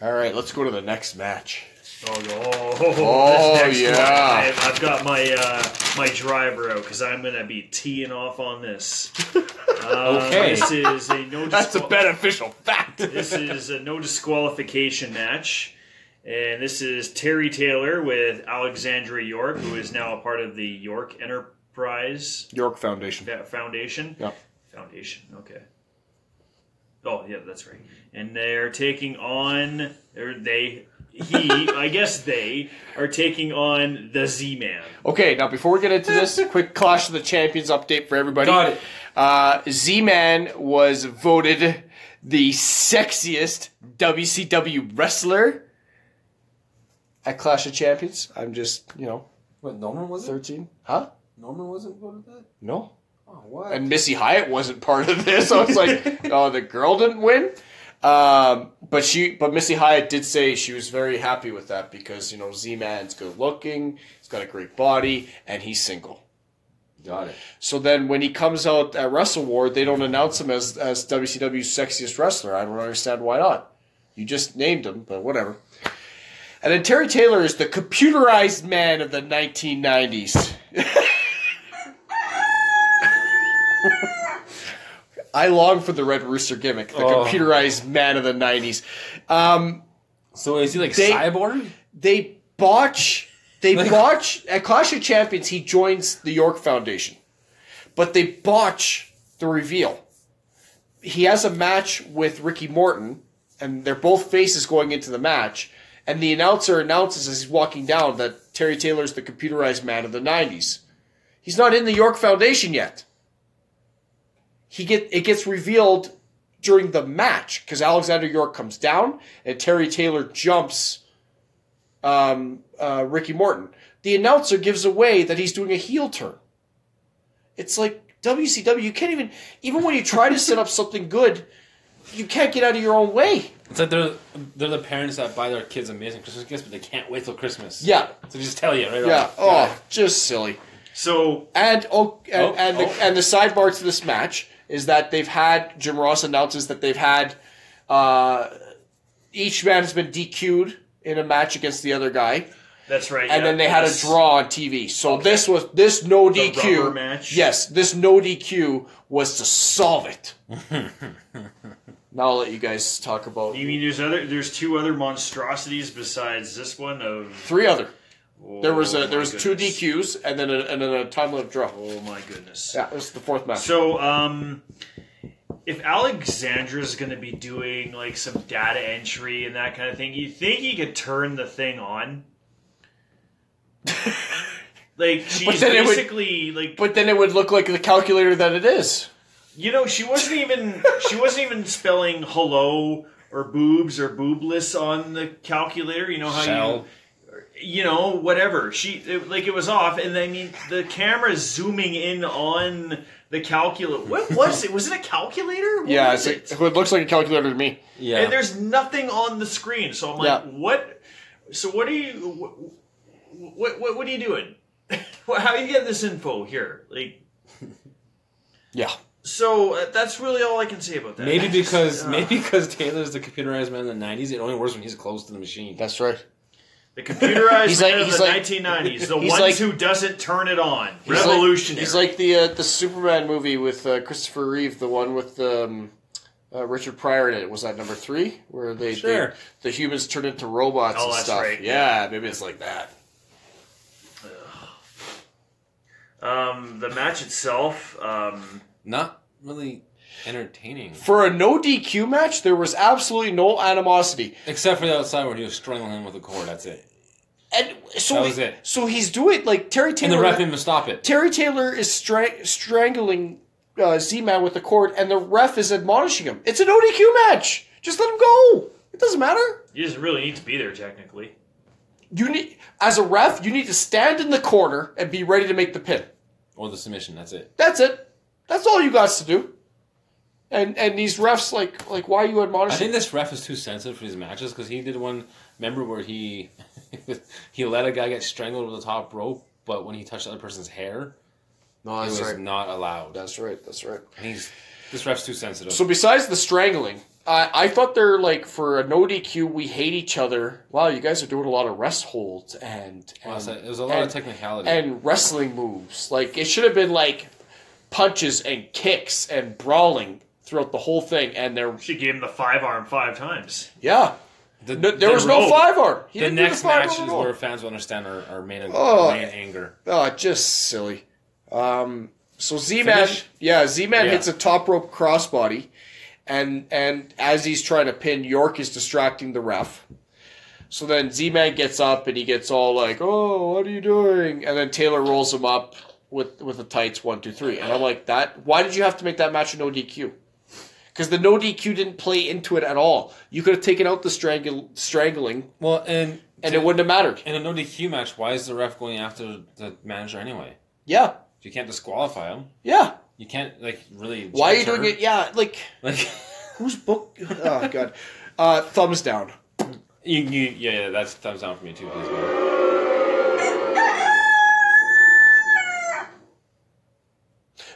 All right, let's go to the next match. Oh, no. Oh, this next yeah. one, I've, I've got my uh, my driver out because I'm gonna be teeing off on this. Uh, Okay. this is a no. disqual- beneficial fact. This is a no disqualification match, and this is Terry Taylor with Alexandra York, who is now a part of the York Enterprise York Foundation. Fa- Foundation. Yeah. Foundation. Okay. Oh yeah, that's right. And they're taking on, or they, he, I guess they are taking on the Z Man. Okay, now before we get into this, quick Clash of the Champions update for everybody. Got it. Uh, Z-Man was voted the sexiest WCW wrestler at Clash of Champions. I'm just, you know, What Norman was it? 13. Huh? Norman wasn't voted that. No. Oh, what? And Missy Hyatt wasn't part of this. I was like, oh, the girl didn't win. Um, but she, but Missy Hyatt did say she was very happy with that because you know Z-Man's good looking, he's got a great body, and he's single. Got it. So then when he comes out at Wrestle War, they don't announce him as, as WCW's sexiest wrestler. I don't understand why not. You just named him, but whatever. And then Terry Taylor is the computerized man of the 1990s. I long for the Red Rooster gimmick, the Oh. computerized man of the 90s. So is he like They- cyborg? They botch. They botch at Clash of Champions. He joins the York Foundation, but they botch the reveal. He has a match with Ricky Morton, and they're both faces going into the match. And the announcer announces as he's walking down that Terry Taylor's the computerized man of the '90s. He's not in the York Foundation yet. He get it gets revealed during the match because Alexander York comes down and Terry Taylor jumps um, uh, Ricky Morton. The announcer gives away that he's doing a heel turn. It's like WCW. You can't even even when you try to set up something good, you can't get out of your own way. It's like they're they're the parents that buy their kids amazing Christmas gifts, but they can't wait till Christmas. Yeah, So just tell you right yeah. off. Oh, just silly. So And oh, and, Oh, and, oh. The, and the sidebar to this match is that they've had Jim Ross announces that they've had uh, each man has been DQ'd in a match against the other guy. that's right. and yeah, then they had a this- draw on TV. So this was this no The DQ rubber match. Yes, this no DQ was to solve it. now I'll let you guys talk about You mean there's other? There's two other monstrosities besides this one of. three other. There was Oh, a, there my was two goodness. DQs and then a, and then a time limit draw. Oh my goodness. Yeah, this is the fourth match. So, um, if Alexandra's going to be doing like some data entry and that kind of thing, you think he could turn the thing on? like she's then it would- basically like But then it would look like the calculator that it is. you know she wasn't even she wasn't even spelling hello or boobs or boobless on the calculator. You know how you Shell. you know, whatever. She it, like it was off, and I mean the camera zooming in on the calculator. What was it? Was it a calculator? What Yeah, was it's it? like, it looks like a calculator to me. Yeah. And there's nothing on the screen, so I'm like, Yeah. what? So what are you? What what, what, what are you doing? How you get this info here? Like, Yeah. so uh, that's really all I can say about that. Maybe because Uh, maybe because Taylor's the computerized man in the '90s, it only works when he's close to the machine. That's right. the computerized He's like- man of he's the like- 1990s, the he's ones like- who doesn't turn it on, He's like- revolutionary. He's like the uh, the Superman movie with uh, Christopher Reeve, the one with um, uh, Richard Pryor in it. Was that number three, where they, they- Sure. the humans turn into robots Oh, and that's stuff? right. Yeah, maybe it's like that. Um, the match itself, um, Not really entertaining, For a no DQ match, there was absolutely no animosity, except for the outside where he was strangling him with a cord. That's it. and so That was he- it. so he's doing like Terry And Taylor. the ref didn't even stop it. Terry Taylor is stra- strangling uh, Z-Man with the cord, and the ref is admonishing him. It's an ODQ match. Just let him go. It doesn't matter. you just really need to be there technically. You need, as a ref, you need to stand in the corner and be ready to make the pin. Or the submission. That's it. That's it. That's all you got to do. And and these refs, like like, why are you I admonishing? think this ref is too sensitive for these matches because he did one. Remember where he he let a guy get strangled with the top rope, but when he touched the other person's hair, no, it was not allowed. That's right. That's right. And he's this ref's too sensitive. So besides the strangling, I I thought they're like for a no DQ, we hate each other. Wow, you guys are doing a lot of rest holds and Well, it's and- a- it was a lot and- of technicality. and wrestling moves. Like it should have been like punches and kicks and brawling throughout the whole thing. And there, She gave him the five arm five times. yeah, the, No, there the was no rope- five arm. He oh, The didn't do next five arm matches at all. where fans will understand are, are made, of, Oh. made in anger. Oh, just silly. Um, so Z Man, Finish? yeah, Z Man Yeah. hits a top rope crossbody, and and as he's trying to pin, York is distracting the ref. So then Z Man gets up and he gets all like, "Oh, what are you doing?" And then Taylor rolls him up with with the tights one two three, and I'm like, "That why did you have to make that match a no DQ?" Because the no DQ didn't play into it at all. You could have taken out the strangle, strangling, Well, and and it wouldn't have mattered. in a no DQ match, why is the ref going after the manager anyway? Yeah, You can't disqualify him. yeah. You can't like really. Why are you judge her. doing it? Yeah, like. Like Whose book? Oh god. Uh, thumbs down. you, you, yeah, yeah, that's thumbs down for me too. Please. man.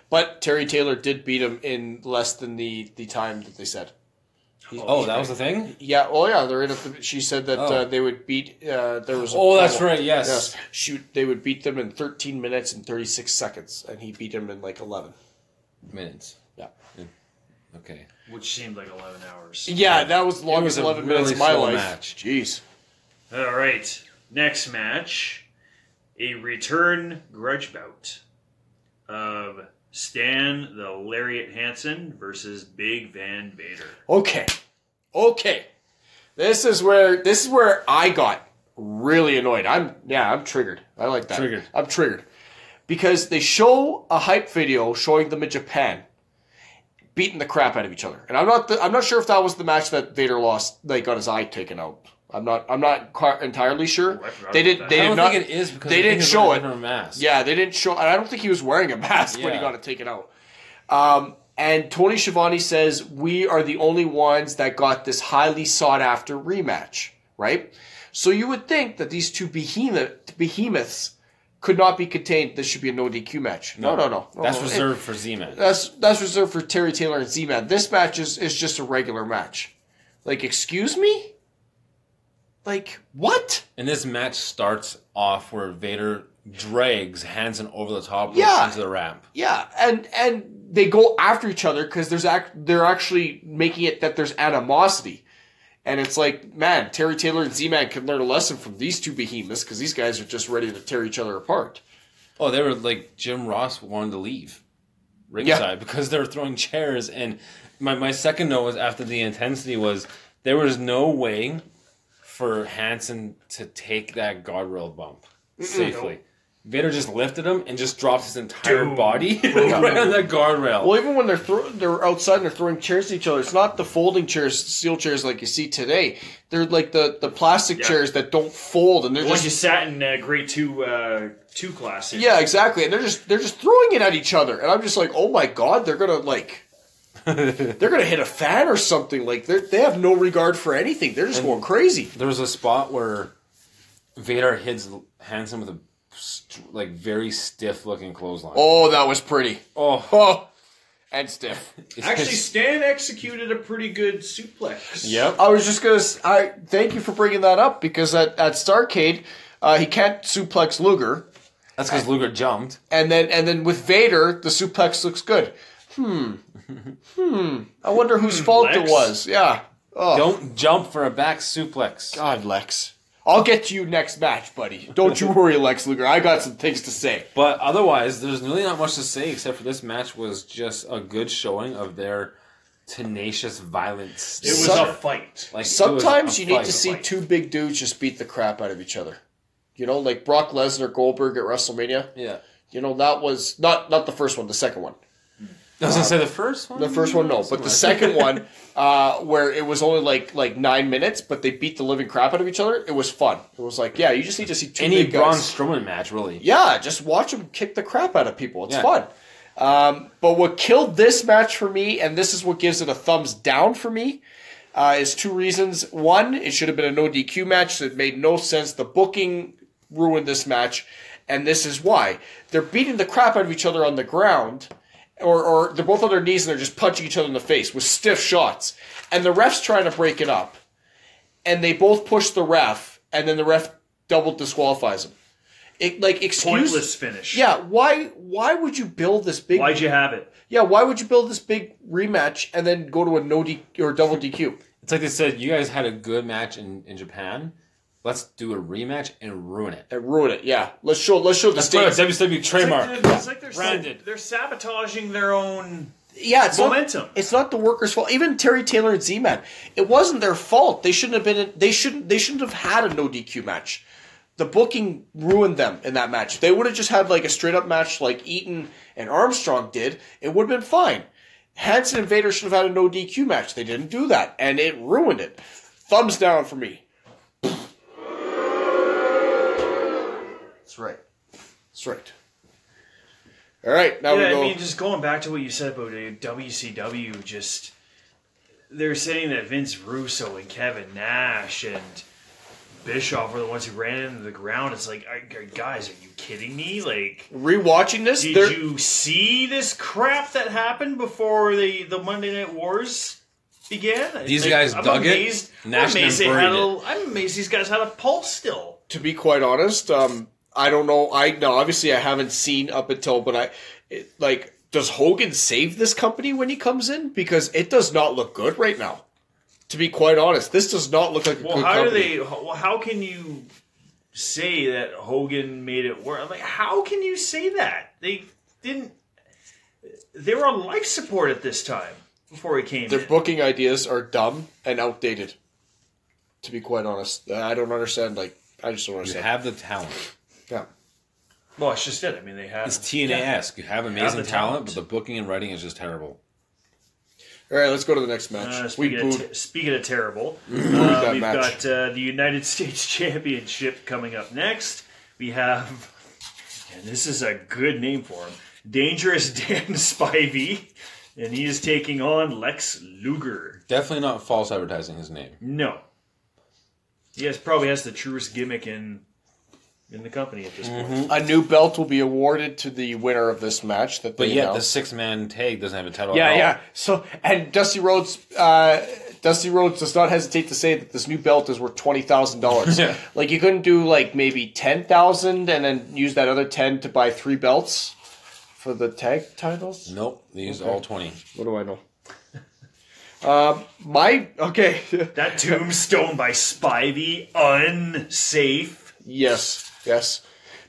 But Terry Taylor did beat him in less than the the time that they said. Oh, that was the thing. Yeah. Oh yeah. They're in. A, she said that Oh. uh, they would beat. Uh, there was. a Oh, that's promo. right. Yes. Yes. Shoot, they would beat them in 13 minutes and 36 seconds, and he beat him in like 11. Minutes. Yeah. Okay. Which seemed like 11 hours. Yeah, that was the longest was a 11 really minutes of my slow life. match. Jeez. All right. Next match a return grudge bout of Stan the Lariat Hansen versus Big Van Vader. Okay. Okay. This is where this is where I got really annoyed. I'm yeah, I'm triggered. I like that. Triggered. I'm triggered. Because they show a hype video showing them in Japan beating the crap out of each other. And I'm not the, I'm not sure if that was the match that Vader lost, they got his eye taken out. I'm not I'm not quite entirely sure. Oh, I forgot They about did that. they I did don't not think it is because they I think didn't it's show wearing it. a different Mask. yeah, they didn't show. I don't think he was wearing a mask when he Yeah. got it taken out. Um, and Tony Schiavone says we are the only ones that got this highly sought after rematch, right? So you would think that these two behemoth behemoths could not be contained. This should be a no DQ match. No, no, no. no, That's no. reserved for Z-Man. That's that's reserved for Terry Taylor and Z-Man. This match is is just a regular match. Like, excuse me. Like what? And this match starts off where Vader drags Hansen over the top rope Yeah. into the ramp. Yeah, and and they go after each other because there's act they're actually making it that there's animosity, and it's like man, Terry Taylor and Z Man can learn a lesson from these two behemoths because these guys are just ready to tear each other apart. Oh, they were like Jim Ross wanted to leave ringside because they were throwing chairs and my, my second note was after the intensity was there was no way for Hanson to take that guardrail bump safely. Vader just lifted him and just dropped his entire Dude. body right on that guardrail. Well, even when they're throw- they're outside and they're throwing chairs at each other, it's not the folding chairs, steel chairs like you see today. They're like the, the plastic Yeah. chairs that don't fold, and they're The one just you sat in uh, grade two uh, two class. in. yeah, exactly. And they're just they're just throwing it at each other, and I'm just like, oh my god, they're gonna like they're gonna hit a fan or something. Like they they have no regard for anything. They're just going crazy. there was a spot where Vader hits Hanson with a st- like very stiff looking clothesline. Oh, that was pretty. oh. Oh, and stiff. It's- Actually, Stan executed a pretty good suplex. yep. I was just gonna. s- I thank you for bringing that up because at at Starcade, uh, he can't suplex Luger. That's because Luger jumped. and then and then with Vader, the suplex looks good. Hmm. Hmm. I wonder whose fault it Lex? was. Yeah. Oh Don't jump for a back suplex. God, Lex. I'll get to you next match, buddy. Don't you worry, Lex Luger. I got some things to say. But otherwise, there's really not much to say except for this match was just a good showing of their tenacious violence. It was Some- a fight. like it was Sometimes a you need fight. to see fight. two big dudes just beat the crap out of each other. You know, like Brock Lesnar Goldberg at WrestleMania. Yeah. You know, that was not not the first one, the second one. I was gonna say the first one. The first one, Mm, no, but the second one, uh, where it was only like like nine minutes, but they beat the living crap out of each other. It was fun. It was like, yeah, you just need to see two Any big Braun guys. Strowman match, really. Yeah, just watch them kick the crap out of people. It's Yeah. fun. Um, but what killed this match for me, and this is what gives it a thumbs down for me, uh, is two reasons. One, it should have been a no DQ match. So it made no sense. The booking ruined this match, and this is why they're beating the crap out of each other on the ground, or or they're both on their knees and they're just punching each other in the face with stiff shots, and the ref's trying to break it up, and they both push the ref, and then the ref double disqualifies them. It, like excuse Pointless finish. yeah, why why would you build this big Why'd you have it? Yeah, why would you build this big rematch and then go to a no D or double DQ? It's like they said, you guys had a good match in, in Japan. Let's do a rematch and ruin it. And ruin it. Yeah. Let's show let's show the That's part stakes. of WWE It's trademark. like they're, it's like they're, Branded. they're sabotaging their own. Yeah, it's Momentum. Not, it's not the workers' fault. Even Terry Taylor and Z-Man, it wasn't their fault. They shouldn't have been. They shouldn't. They shouldn't have had a no DQ match. The booking ruined them in that match. They would have just had like a straight up match like Eaton and Armstrong did. It would have been fine. Hanson and Vader should have had a no DQ match. They didn't do that, and it ruined it. Thumbs down for me. That's right. That's right. All right, now Yeah, we I go. mean, just going back to what you said about uh, WCW, just they're saying that Vince Russo and Kevin Nash and Bischoff were the ones who ran into the ground. It's like, I- I- guys, are you kidding me? Like, Rewatching this, did there, you see this crap that happened before the the Monday Night Wars? Began. These guys dug it. amazed, I'm Nash amazed then they had buried a- I'm amazed these guys had a pulse still. to be quite honest, um, I don't know. I now obviously I haven't seen up until, but I it, like does Hogan save this company when he comes in because it does not look good right now. To be quite honest, this does not look like a Well, good how company. do they? How, how can you say that Hogan made it work? Like, how can you say that they didn't? They were on life support at this time before he came. Their in. booking ideas are dumb and outdated. To be quite honest, I don't understand. Like I just don't You understand. have the talent. yeah. well, it's just it. I mean, they had. It's TNA esque. You have amazing the talent, talent. but the booking and writing is just terrible. All right, let's go to the next Uh, match. we speaking, booed, of te- speaking of terrible, uh, that we've match. got uh, the United States Championship coming up next. We have, and this is a good name for him, Dangerous Dan Spivey, and he is taking on Lex Luger. Definitely not false advertising his name. No. He has probably has the truest gimmick in in the company at this point. a new belt will be awarded to the winner of this match. That they But yet, the announced. six man tag doesn't have a title. Yeah, at all. yeah. So and Dusty Rhodes, uh, Dusty Rhodes does not hesitate to say that this new belt is worth twenty thousand dollars. Yeah. Like you couldn't do like maybe ten thousand and then use that other ten to buy three belts for the tag titles. Nope. They used all 20. What do I know? Um, my okay. That tombstone by Spivey, unsafe. yes, yes.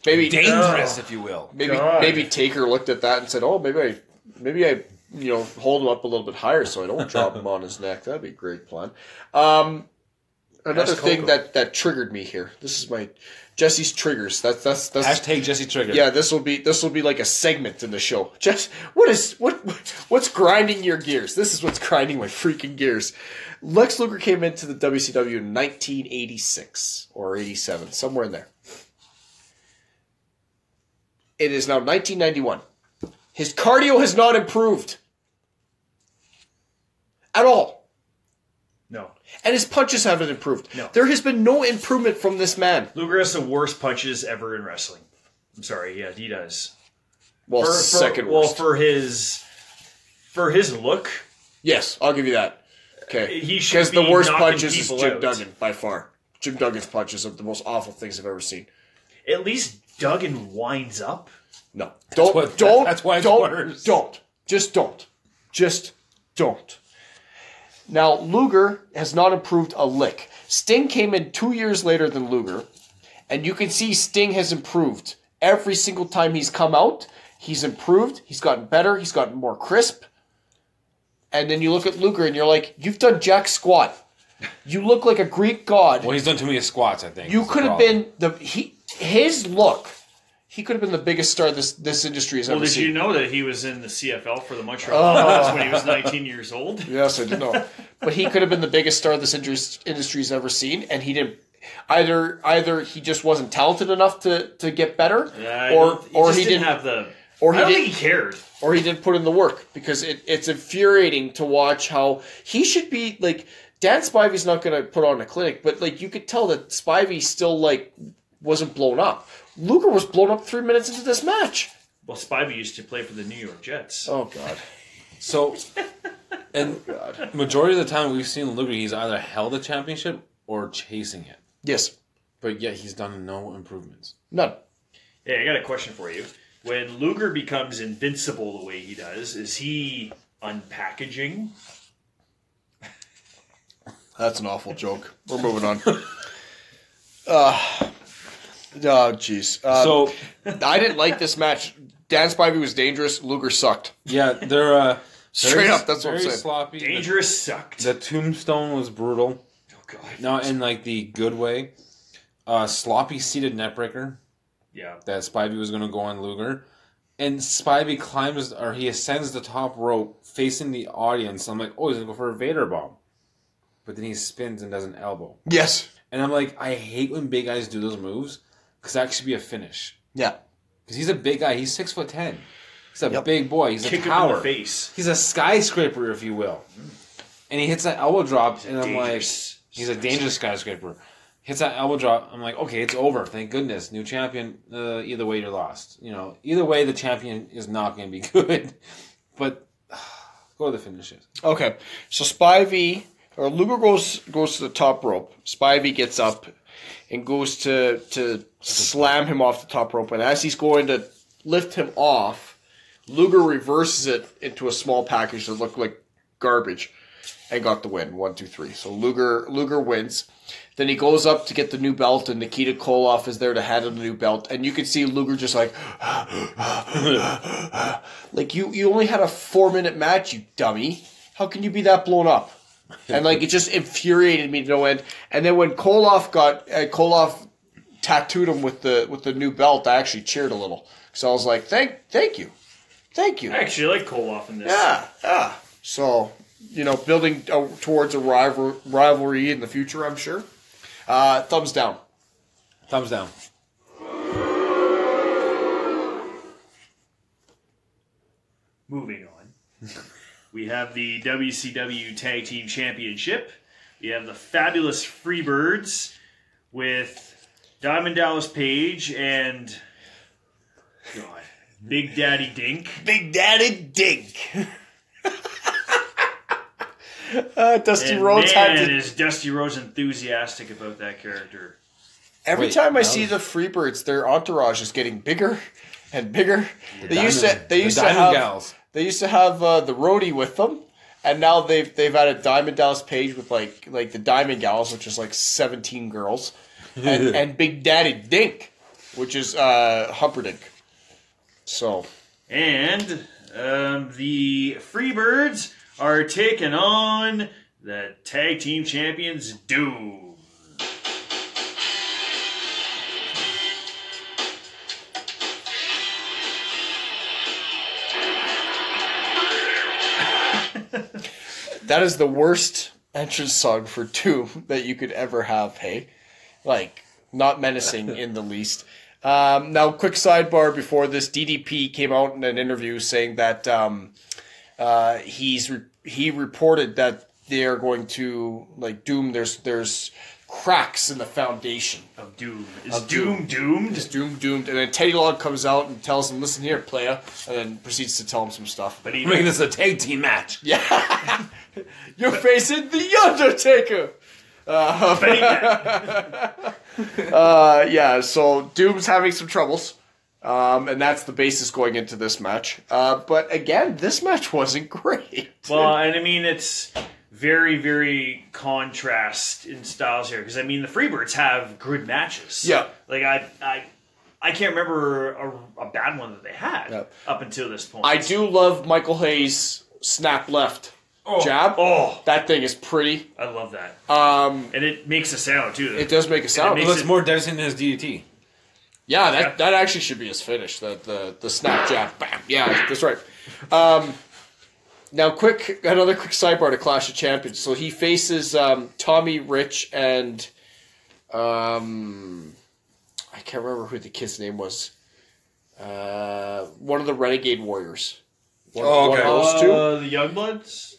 Maybe Dangerous, if you will. maybe God. maybe Taker looked at that and said, "Oh, maybe I maybe I you know, hold him up a little bit higher so I don't drop him on his neck. That'd be a great plan. Um, another Ask thing Coco. that that triggered me here. This is my Jesse's triggers. That's that's that's Hashtag Jesse Trigger. yeah. This will be this will be like a segment in the show. Just what is what what- what's grinding your gears? This is what's grinding my freaking gears. Lex Luger came into the WCW in 1986 or 87, somewhere in there. It is now 1991. His cardio has not improved at all No. and his punches haven't improved. No. There has been no improvement from this man. Luger has the worst punches ever in wrestling. I'm sorry, yeah, he does. Well, For, for- second well, worst. for his for his look, yes, I'll give you that. Okay, He should because the be worst knocking punches is people Jim out. Duggan by far. Jim Duggan's punches are the most awful things I've ever seen. at least Duggan winds up. No, don't, what- don't, that's why it's don't, worse. don't, just don't, just don't. Now Luger has not improved a lick. Sting came in two years later than Luger, and you can see Sting has improved every single time he's come out. He's improved. He's gotten better. He's gotten more crisp. And then you look at Luger, and you're like, you've done jack squat. You look like a Greek god. Well, he's done too many squats, I think. You is the could have problem. been the he his look. He could have been the biggest star this this industry has Well, ever did seen. you know that he was in the CFL for the Montreal Oh. That's when he was 19 years old? Yes, I did know. but he could have been the biggest star this indus- industry's ever seen, and he didn't. Either either he just wasn't talented enough to to get better, Yeah, I or don't- or just he didn't, have the. or I he don't didn't think he cared. or he didn't put in the work because it, it's infuriating to watch how he should be like Dan Spivey's not going to put on a clinic, but like you could tell that Spivey still like wasn't blown up. Luger was blown up three minutes into this match. Well, Spivey used to play for the New York Jets. Oh God. So, and majority of the time we've seen Luger, he's either held a championship or chasing it. Yes. But yet he's done no improvements. None. Hey, I got a question for you. When Luger becomes invincible the way he does, is he unpackaging? That's an awful joke. We're moving on. uh, oh jeez. Uh, so, I didn't like this match. Dan Spivey was dangerous. Luger sucked. yeah, they're uh, Straight very- up, that's what I'm very saying. Sloppy. The- Dangerous sucked. The, tombstone was brutal. oh, God. Not in like the good way. Uh, sloppy seated netbreaker Yeah. that Spivey was going to go on Luger. And Spivey climbs or he ascends the top rope facing the audience. I'm like, oh, he's going to go for a Vader bomb. But then he spins and does an elbow. Yes. And I'm like, I hate when big guys do those moves because that should be a finish. Yeah. Because he's a big guy. He's six foot ten. He's a Yep. big boy. He's Kick a him in tower. the face. He's a skyscraper, if you will. And he hits that elbow drop, and I'm like, Dangerous. he's a dangerous skyscraper. Hits that elbow drop. I'm like, okay, it's over. Thank goodness, new champion. Uh, either way, you're lost. You know, either way, the champion is not going to be good. but go to the finishes. Okay, so Spivey or Luger goes goes to the top rope. Spivey gets up and goes to to slam him off the top rope, and as he's going to lift him off, Luger reverses it into a small package that looked like garbage, and got the win. One, two, three. So Luger Luger wins. Then he goes up to get the new belt, and Nikita Koloff is there to hand him the new belt, and you can see Luger just like, like you you only had a four minute match, you dummy. How can you be that blown up? And like it just infuriated me to no end. And then when Koloff got uh, Koloff tattooed him with the with the new belt, I actually cheered a little because I was like, thank thank you, thank you. I actually like Koloff in this. Yeah, yeah. So, you know, building uh, towards a rival- rivalry in the future, I'm sure. Uh, thumbs down. Thumbs down. Moving on. we have the WCW Tag Team Championship. We have the fabulous Freebirds with Diamond Dallas Page and God, Big Daddy Dink. Big Daddy Dink. uh, Dusty And Rhodes had man, to. is Dusty Rhodes enthusiastic about that character. Every Wait, time I that see was- the Freebirds, their entourage is getting bigger and bigger. they used to. Diamond- They the used to Diamond have. Gals. They used to have uh, the roadie with them, and now they've they've added Diamond Dallas Page with like like the Diamond Gals, which is like seventeen girls, and, and Big Daddy Dink, which is uh, Humperdinck. So And Um, the Freebirds are taking on the tag team champions Doom. That is the worst entrance song for Doom that you could ever have, hey? Like, not menacing in the least. Um, now, quick sidebar before this, DDP came out in an interview saying that um, uh, he's re- he reported that they are going to like Doom. There's there's cracks in the foundation. Of Doom. Is Doom doomed? Is Doom doomed? And then Teddy Long comes out and tells him, "Listen here, playa," and then proceeds to tell him some stuff. But he, We're making this a tag team match. Yeah. You're facing the Undertaker. but he- Uh, yeah, so Doom's having some troubles, um, and that's the basis going into this match. Uh, but again, this match wasn't great. well, and I mean, it's very, very contrast in styles here. Because, I mean, the Freebirds have good matches. Yeah. Like, I. I I can't remember a, a bad one that they had Yeah. up until this point. I do love Michael Hayes' snap left oh, jab. Oh, That thing is pretty. I love that. Um, and it makes a sound too. it does make a sound. makes- Well, it's more devastating than his DDT. yeah, that, that actually should be his finish. The the, the snap jab, bam. Yeah, that's right. Um, now, quick another quick sidebar to Clash of Champions. So he faces um, Tommy Rich and um, I can't remember who the kid's name was. Uh, one of the Renegade Warriors. One- Oh, one okay. of those two. Uh, the Youngbloods.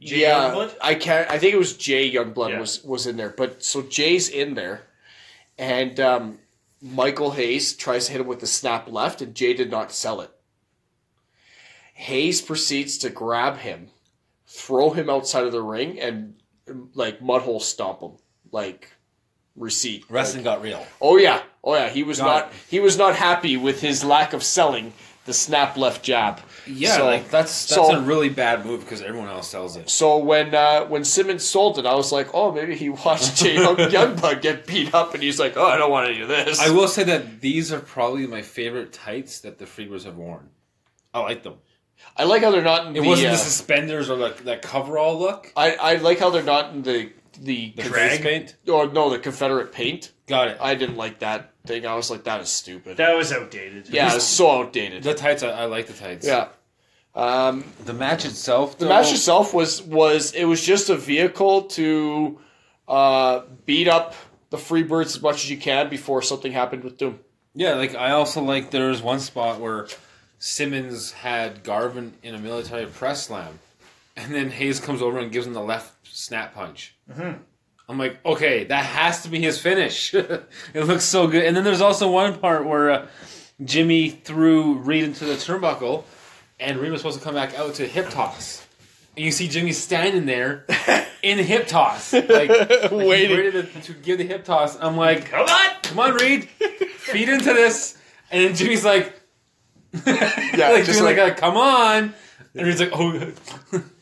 Jay yeah, Youngblood? I can't. I think it was Jay Youngblood Yeah. was was in there. But so Jay's in there, and um, Michael Hayes tries to hit him with the snap left, and Jay did not sell it. Hayes proceeds to grab him, throw him outside of the ring, and um, like mudhole stomp him, like receipt. Wrestling got real. Oh yeah, oh yeah. He was Got not he was not happy with his lack of selling the snap left jab. Yeah, So- like that's that's so- a really bad move because everyone else sells it. So when uh, when Simmons sold it, I was like, oh, maybe he watched Jay Young, Youngblood get beat up, and he's like, oh, I don't want any of this. I will say that these are probably my favorite tights that the Freebirds have worn. I like them. I like how they're not in It the. wasn't uh, the suspenders or like that coverall look. I, I like how they're not in the the, The conf- drag? face paint. or no the Confederate paint. Got it. I didn't like that thing. I was like, that is stupid. that was outdated. yeah, it's so outdated. the tights. I, I like the tights. yeah. Um, The match itself. The match itself was was it was just a vehicle to uh, beat up the Freebirds as much as you can before something happened with Doom. Yeah, like I also like there was one spot where Simmons had Garvin in a military press slam, and then Hayes comes over and gives him the left snap punch. I'm like, okay, that has to be his finish. it looks so good. And then there's also one part where uh, Jimmy threw Reed into the turnbuckle, and Reed was supposed to come back out to hip toss. And you see Jimmy standing there in hip toss, like, like he Waiting. waited to, to give the hip toss. I'm like, Come on. come on, Reed, feed into this. And then Jimmy's like, Yeah, like just doing like, like- a come on. And Reed's like, oh, and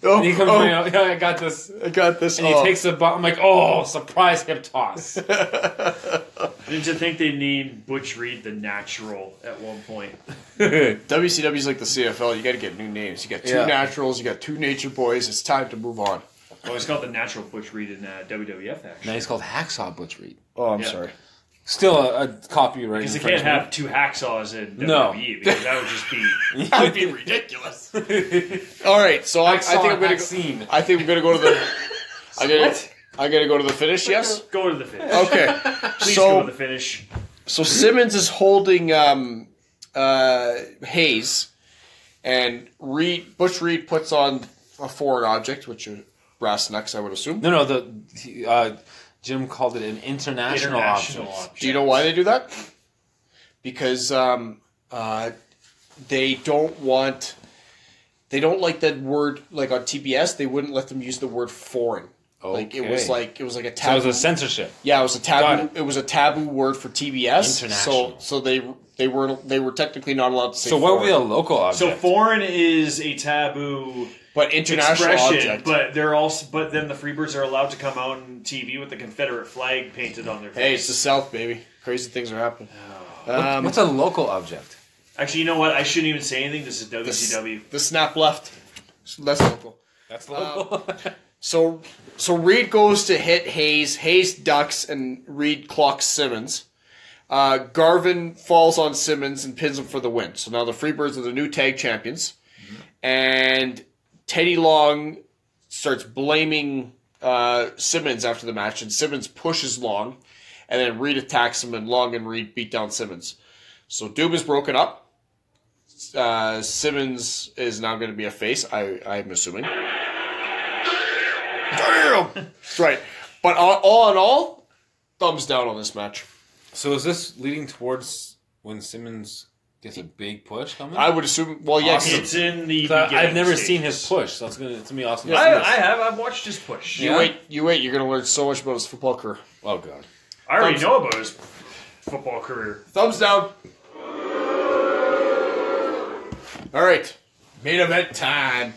Oh, he comes oh, running out. Yeah, I got this. And I got this. he oh. takes the ball. I'm like, oh, surprise hip toss. Didn't you think they named Butch Reed the Natural at one point? WCW's like the CFL. You got to get new names. You got two Yeah. naturals. You got two nature boys. It's time to move on. Oh, it's called the Natural Butch Reed in uh, WWF now actually. he's called Hacksaw Butch Reed. Oh, I'm Yeah. sorry. Still a, a copyright. Because they can't have two hacksaws in WWE No. because that would just be. That'd be ridiculous. All right, so I, I think I'm gonna. Go, scene. I think I'm gonna go to the. I'm gonna, I'm gonna go to the finish. Yes. Go to the finish. Okay. Please Oh, so go to the finish. So Simmons is holding um, uh, Hayes, and Reed Butch Reed puts on a foreign object, which are brass knucks, I would assume. No, no. The he, uh, Jim called it an international, International option. option. Do you know why they do that? Because um, uh, they don't want. They don't like that word. Like on TBS, they wouldn't let them use the word "foreign." Like it was Okay. like it was like a So it taboo. was a censorship. yeah, it was a taboo. Got It. was a taboo word for TBS. So International. so they they were they were technically not allowed to say. So what would foreign. be a local object? So foreign is a taboo But international expression, object. but they're also but then the Freebirds are allowed to come out on TV with the Confederate flag painted on their hey, face. it's the South, baby. Crazy things are happening. What's a Um, local object? Actually, you know what? I shouldn't even say anything. This is The s- WCW. The snap left. That's local. That's Um, local. So so Reed goes to hit Hayes. Hayes ducks and Reed clocks Simmons. Uh, Garvin falls on Simmons and pins him for the win. So now the Freebirds are the new tag champions. And Teddy Long starts blaming uh, Simmons after the match, and Simmons pushes Long, and then Reed attacks him, and Long and Reed beat down Simmons. So Doom is broken up. Uh, Simmons is now going to be a face, I, I'm assuming. Damn! That's right. But all, all in all, thumbs down on this match. so is this leading towards when Simmons gets a big push coming? I would assume. Well, yes. Awesome. It's in the. So I- I've beginning never stages. seen his push, so it's gonna it's gonna be awesome. to I, see I this. have. I've watched his push. You Yeah. wait. You wait. You're going to learn so much about his football career. oh god, I already know about his football career. Thumbs down. All right. Main event time.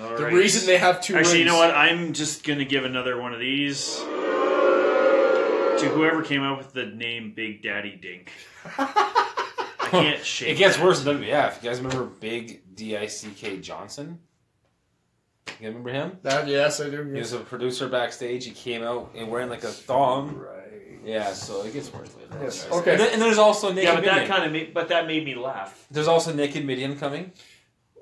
All The right. reason they have two. Actually, you rings- know what? I'm just gonna give another one of these to whoever came up with the name Big Daddy Dink. I can't shake. it gets that. worse in WWF. You guys remember Big D I C K Johnson? You remember him? That, yes, I do. He was a producer backstage. He came out and wearing like a thong. Right. Yeah, so it gets worse later. Yes. Guys. Okay. And, then- and there's also naked Yeah, but Midian. that kind of made, but that made me laugh. there's also naked Midian coming.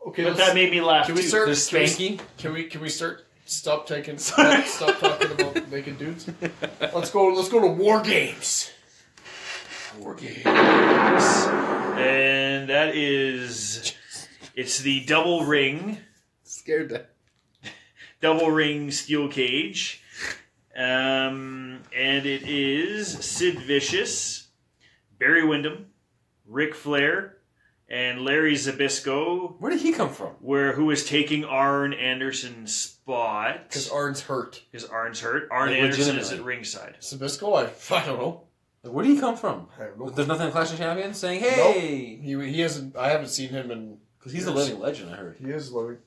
Okay. But let's- that made me laugh Can we too. start- There's Can we- Spanky. Can we can we start stop taking stop, stop talking about naked dudes? Let's go let's go to war games. War games. and that is it's the double ring, Scared that. double ring steel cage, um, and it is Sid Vicious, Barry Windham, Ric Flair, and Larry Zabisco Where did he come from? where who is taking Arn Anderson's spot Because Arn's hurt. because Arn's hurt. Arn Like, Anderson is legitimately. at ringside. Sabisco, I I don't know. Like, where did he come from? I don't know. There's nothing in Clash of Champions saying, Nope. "Hey," He he hasn't I haven't seen him in because he's a living legend. I heard. he is living.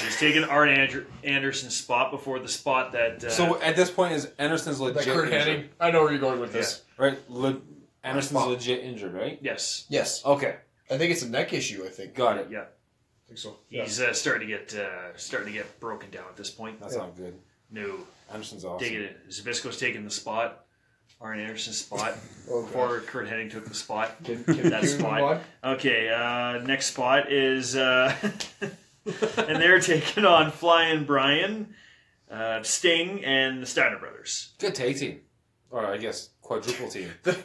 He's taking Arn Andr- Anderson's spot before the spot that uh, So at this point, is Anderson's legit Like Kurt injured, Hennig. I know where you're going with this. right? Le- Anderson's Fuck. legit injured, right? yes. Yes. Okay, I think it's a neck issue, I think. got it. Yeah, I think so. he's uh, starting to get uh, starting to get broken down at this point. That's Yeah. not good. No, Anderson's awesome. dig it. in. Zabisco's taking the spot. Arn Anderson's spot Oh, God. before Kurt Hennig took the spot. Can, can That we move spot. on? Okay, uh, next spot is, uh, and they're taking on Flying Brian, uh, Sting, and the Steiner Brothers. Good tag team, or I guess quadruple team. The,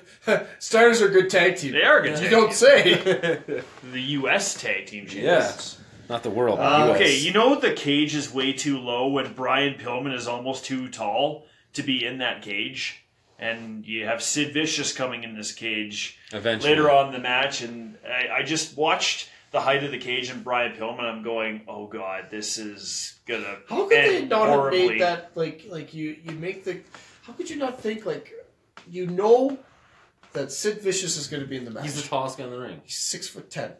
Steiners are a good tag team. They are good. You tag don't team. say. the U.S. tag team champions. Yes. Not the world. Uh, okay, you know the cage is way too low when Brian Pillman is almost too tall to be in that cage, and you have Sid Vicious coming in this cage Eventually. later on in the match, and I, I just watched the height of the cage and Brian Pillman. I'm going, oh god, this is gonna How could they end not horribly. have made that like like you you make the how could you not think like you know that Sid Vicious is going to be in the match? He's the tallest guy in the ring, He's six foot ten.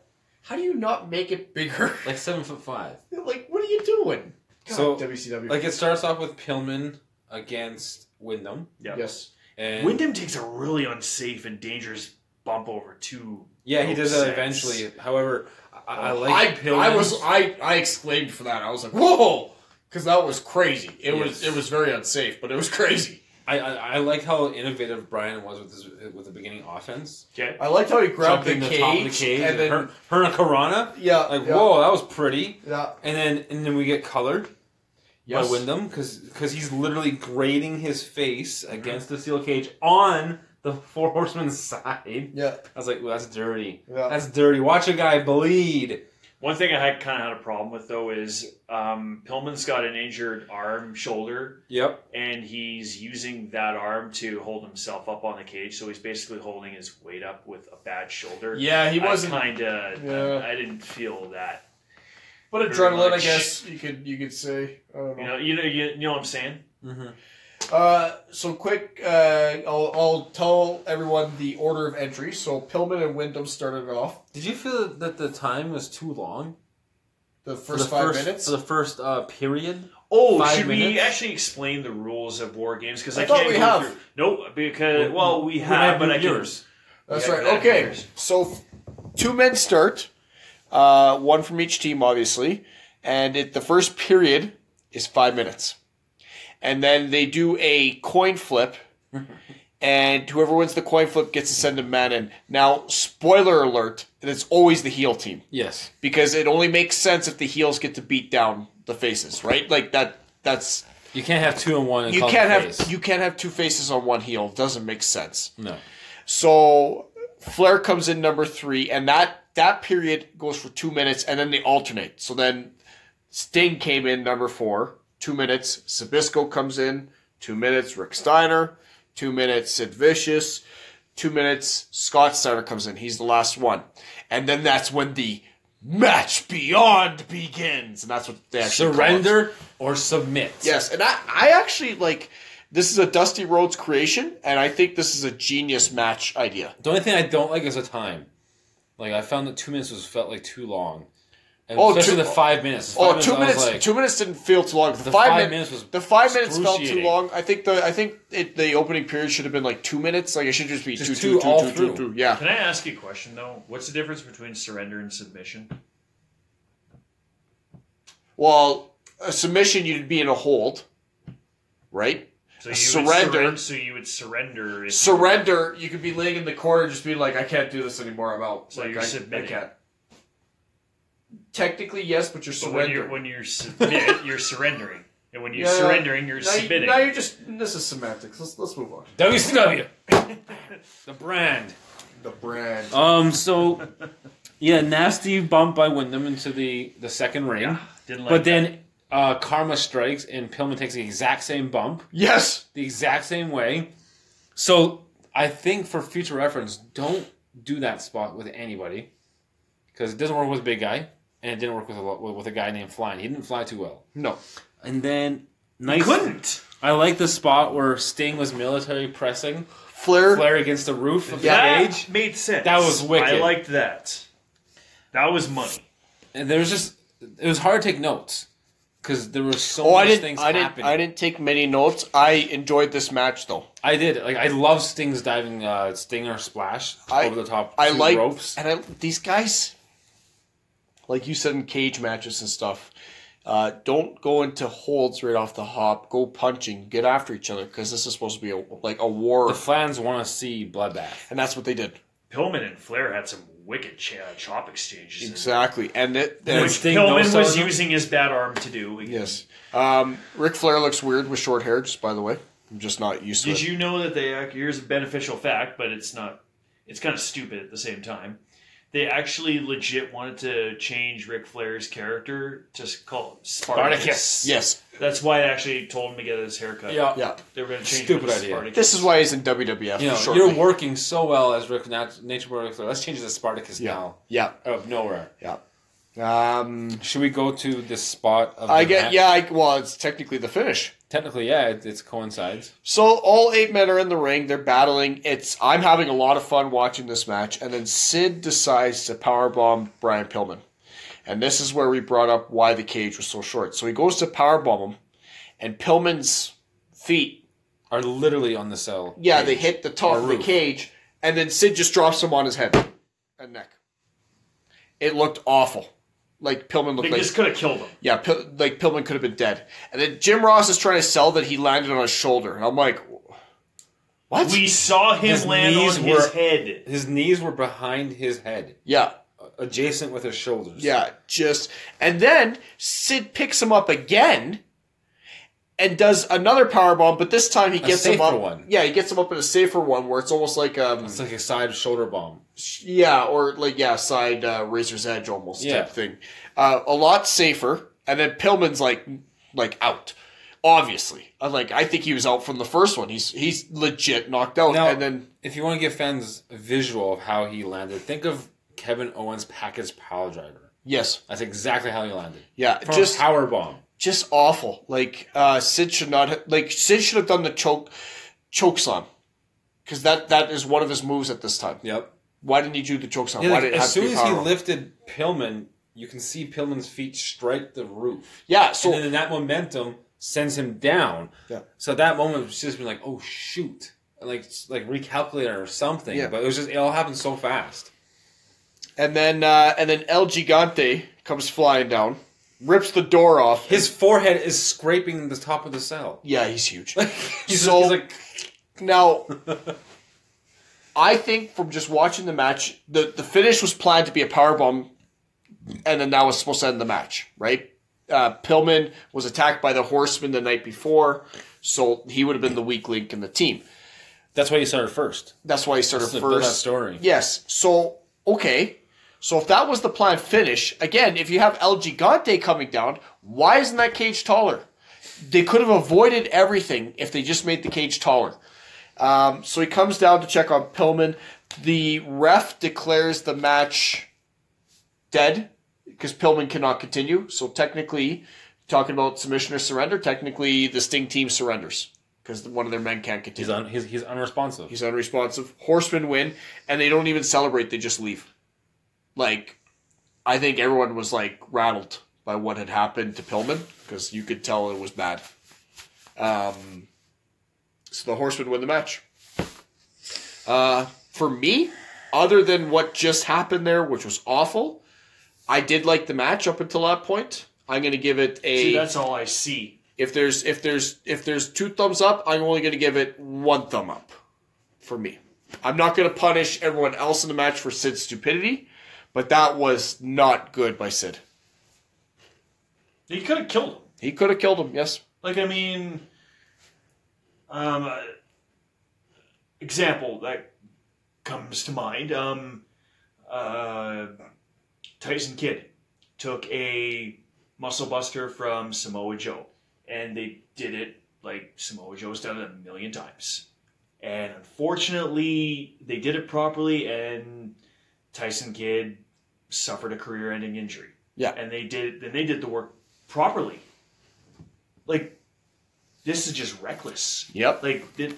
How do you not make it bigger? like seven foot five. like what are you doing? God, So, WCW. Like it starts off with Pillman against Wyndham, Yeah. yes, and Wyndham takes a really unsafe and dangerous bump over two. yeah, he ropes does that sets. eventually. However, I, I I like Pillman. I was I I exclaimed for that. I was like whoa. Because that was crazy. It was Yes. it was very unsafe, but it was crazy. I, I, I like how innovative Brian was with his with the beginning offense. Okay. I liked how he grabbed the, Jumping cage, and then her, her and Karana. yeah, Like yeah, whoa, that was pretty. yeah, And then and then we get colored yes. by Wyndham because he's literally grating his face Mm-hmm. against the steel cage on the four horsemen's side. yeah, I was like, well, that's dirty. Yeah. That's dirty. Watch a guy bleed. One thing I had kind of had a problem with though is um, Pillman's got an injured arm, shoulder, Yep. and he's using that arm to hold himself up on the cage. So he's basically holding his weight up with a bad shoulder. yeah. He wasn't I kind of. Yeah. I, didn't feel that. But Pretty adrenaline, I much. guess you could you could say. I don't You know. know. You know. You, you know what I'm saying? Mm-hmm. Uh, so quick, uh, I'll, I'll tell everyone the order of entry. So Pillman and Wyndham started it off Did you feel that the time was too long? the For first the five first- minutes. For the first uh, period? Oh, Five should we minutes? actually explain the rules of war games? Because I I, thought can't we go have. through. No, because well, we We're have, not but I viewers. That's yeah, right. that Okay, matters. so two men start, uh, one from each team, obviously, and it, the first period is five minutes, and then they do a coin flip, and whoever wins the coin flip gets to send a man in. Now, spoiler alert: it's always the heel team Yes. because it only makes sense if the heels get to beat down the faces, right? Like that. That's You can't have two and one. And you call it can't a have face. you can't have two faces on one heel. It doesn't make sense. No. So Flair comes in number three, and that that period goes for two minutes, and then they alternate. So then Sting came in number four, two minutes. Sabisco comes in, two minutes. Rick Steiner, two minutes. Sid Vicious, two minutes. Scott Steiner comes in. He's the last one, and then that's when the match beyond begins, and that's what they actually call it. Surrender or submit. Yes, and I, I actually like this is a Dusty Rhodes creation, and I think this is a genius match idea. The only thing I don't like is the time. Like I found that two minutes was felt like too long. And Oh, especially two- the five minutes. The Oh, five two I was minutes. like, two minutes didn't feel too long. The, five five, minute- minutes was the five minutes felt too excruciating. long. I think the I think it, the opening period should have been like two minutes. Like it should just be Just two, two two, two, all two, two, through. two. Yeah, Can I ask you a question though? What's the difference between surrender and submission? Well, a submission you'd be in a hold, right? So you Surrender. Would surren- so you would surrender. If Surrender. You could be laying in the corner, just being like, "I can't do this anymore. I'm out." So like, you're I, submitting. I can't. Technically, yes, but you're But surrendering. when you're when you're submit, you're surrendering, and when you're Yeah. surrendering, you're now submitting. You, now you're just this is semantics. Let's let's move on. WCW. the brand. The brand. Um. So, yeah, nasty bump by Wyndham into the the second ring, Didn't like but then uh, Karma strikes and Pillman takes the exact same bump, yes. the exact same way. So I think for future reference, don't do that spot with anybody because it doesn't work with a big guy, and it didn't work with a lo- with a guy named Flying. He didn't fly too well. No. And then nice. that. couldn't. I like the spot where Sting was military pressing Flair. Flair against the roof of Yeah. the That cage. made sense. That was wicked. I liked that. That was money. and there was just it was hard to take notes because there were so Oh, much I didn't. things I didn't. happening. I didn't take many notes. I enjoyed this match though. I did. Like I love Sting's diving uh, Stinger splash I- over the top. I two like ropes. and I these guys. Like you said in cage matches and stuff, uh, don't go into holds right off the hop. Go punching. Get after each other because this is supposed to be a, like a war, The fans want to see bloodbath. and that's what they did Pillman and Flair had some wicked ch- uh, chop exchanges. in exactly. And it. Which which And, Sting Pillman knows was someone? using his bad arm to do. yes. Um, Ric Flair looks weird with short hair. Just by the way, I'm just not used to it. Did you know that they? act- Here's a beneficial fact, but it's not. It's kind of stupid at the same time. They actually legit wanted to change Ric Flair's character to s- call it Spartacus. Spartacus. Yes. That's why they actually told him to get his haircut. Yeah, Yeah. They were going to change Stupid it to idea. Spartacus. This is why he's in WWF. You know, shortly. you're working so well as Rick Nat- Nature Boy Ric Flair. Let's change it to Spartacus now. Yeah. Out of nowhere. Yeah. Um, Should we go to this spot of I the get match? yeah. I, well, it's technically the finish. Technically, yeah, it, it coincides. So all eight men are in the ring. They're battling. It's I'm having a lot of fun watching this match. And then Sid decides to powerbomb Brian Pillman. And this is where we brought up why the cage was so short. So he goes to powerbomb him, and Pillman's feet, Are literally on the cell. yeah, they hit the top Or of the roof. cage, and then Sid just drops him on his head and neck. It looked awful. Like Pillman looked They like just could have killed him. Yeah, Pil- like Pillman could have been dead. And then Jim Ross is trying to sell that he landed on his shoulder. And I'm like, what? We saw him His land on knees his were- head. His knees were behind his head, yeah, adjacent with his shoulders. yeah, just. And then Sid picks him up again and does another power bomb, but this time he gets him safer up. one. Yeah, he gets him up in a safer one where it's almost like um, It's like a side shoulder bomb. yeah, or like yeah, side uh, razor's edge almost Yeah. type thing. Uh, a lot safer. And then Pillman's like like out. Obviously, I'm like I think he was out from the first one. He's he's legit knocked out. Now- and then If you want to give fans a visual of how he landed, think of Kevin Owens' package power driver. yes, That's exactly how he landed. yeah, From just just power bomb. just awful. Like uh, Sid should not ha- like Sid should have done the choke choke slam because that that is one of his moves at this time. Yep. Why didn't he do the choke slam? Why did it have as to be soon as power he bomb? lifted Pillman, you can see Pillman's feet strike the roof, Yeah, so and then that momentum sends him down. Yeah. So at that moment it's just been like, oh shoot, like like recalculator or something. Yeah. But it was just it all happened so fast. And then uh, and then El Gigante comes flying down, rips the door off. His forehead is scraping the top of the cell. yeah, he's huge. he's, So- he's like, Now, I think from just watching the match, the, the finish was planned to be a power bomb, and then that was supposed to end the match, right? Uh, Pillman was attacked by the Horseman the night before, so he would have been the weak link in the team. that's why he started first. That's why he started That's the first. best story. Yes. So okay. So if that was the plan finish, again, if you have El Gigante coming down, why isn't that cage taller? They could have avoided everything if they just made the cage taller. Um, so he comes down to check on Pillman. The ref declares the match dead because Pillman cannot continue. So technically, talking about submission or surrender, technically the Sting team surrenders because one of their men can't continue. He's un, he's, he's unresponsive. He's unresponsive. Horsemen win, and they don't even celebrate. They just leave. Like, I think everyone was like rattled by what had happened to Pillman because you could tell it was bad. Um, so the Horsemen win the match. Uh, for me, other than what just happened there, which was awful, I did like the match up until that point. I'm gonna give it a. See, that's all I see. If there's if there's if there's two thumbs up, I'm only going to give it one thumb up for me. I'm not going to punish everyone else in the match for Sid's stupidity, but that was not good by Sid. He could have killed him. He could have killed him. Yes. Like I mean, um, uh, example that comes to mind. Um, uh, Tyson Kidd took a muscle buster from Samoa Joe, and they did it like Samoa Joe's done it a million times. And unfortunately, they did it properly, and Tyson Kidd suffered a career-ending injury. Yeah. and they did. Then they did the work properly like this is just reckless. Yep. Like th-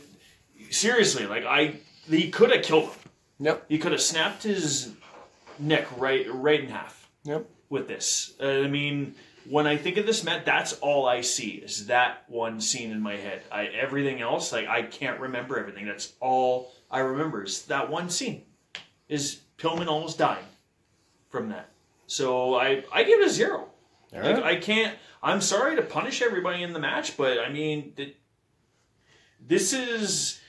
seriously, like I he could have killed him. Yep. He could have snapped his neck right right in half Yep. with this. Uh, I mean, when I think of this match, that's all I see is that one scene in my head. I everything else, like I can't remember everything. That's all I remember is that one scene. Is Pillman almost dying from that? So I I give it a zero. Like, I can't. I'm sorry to punish everybody in the match, but I mean, th- this is.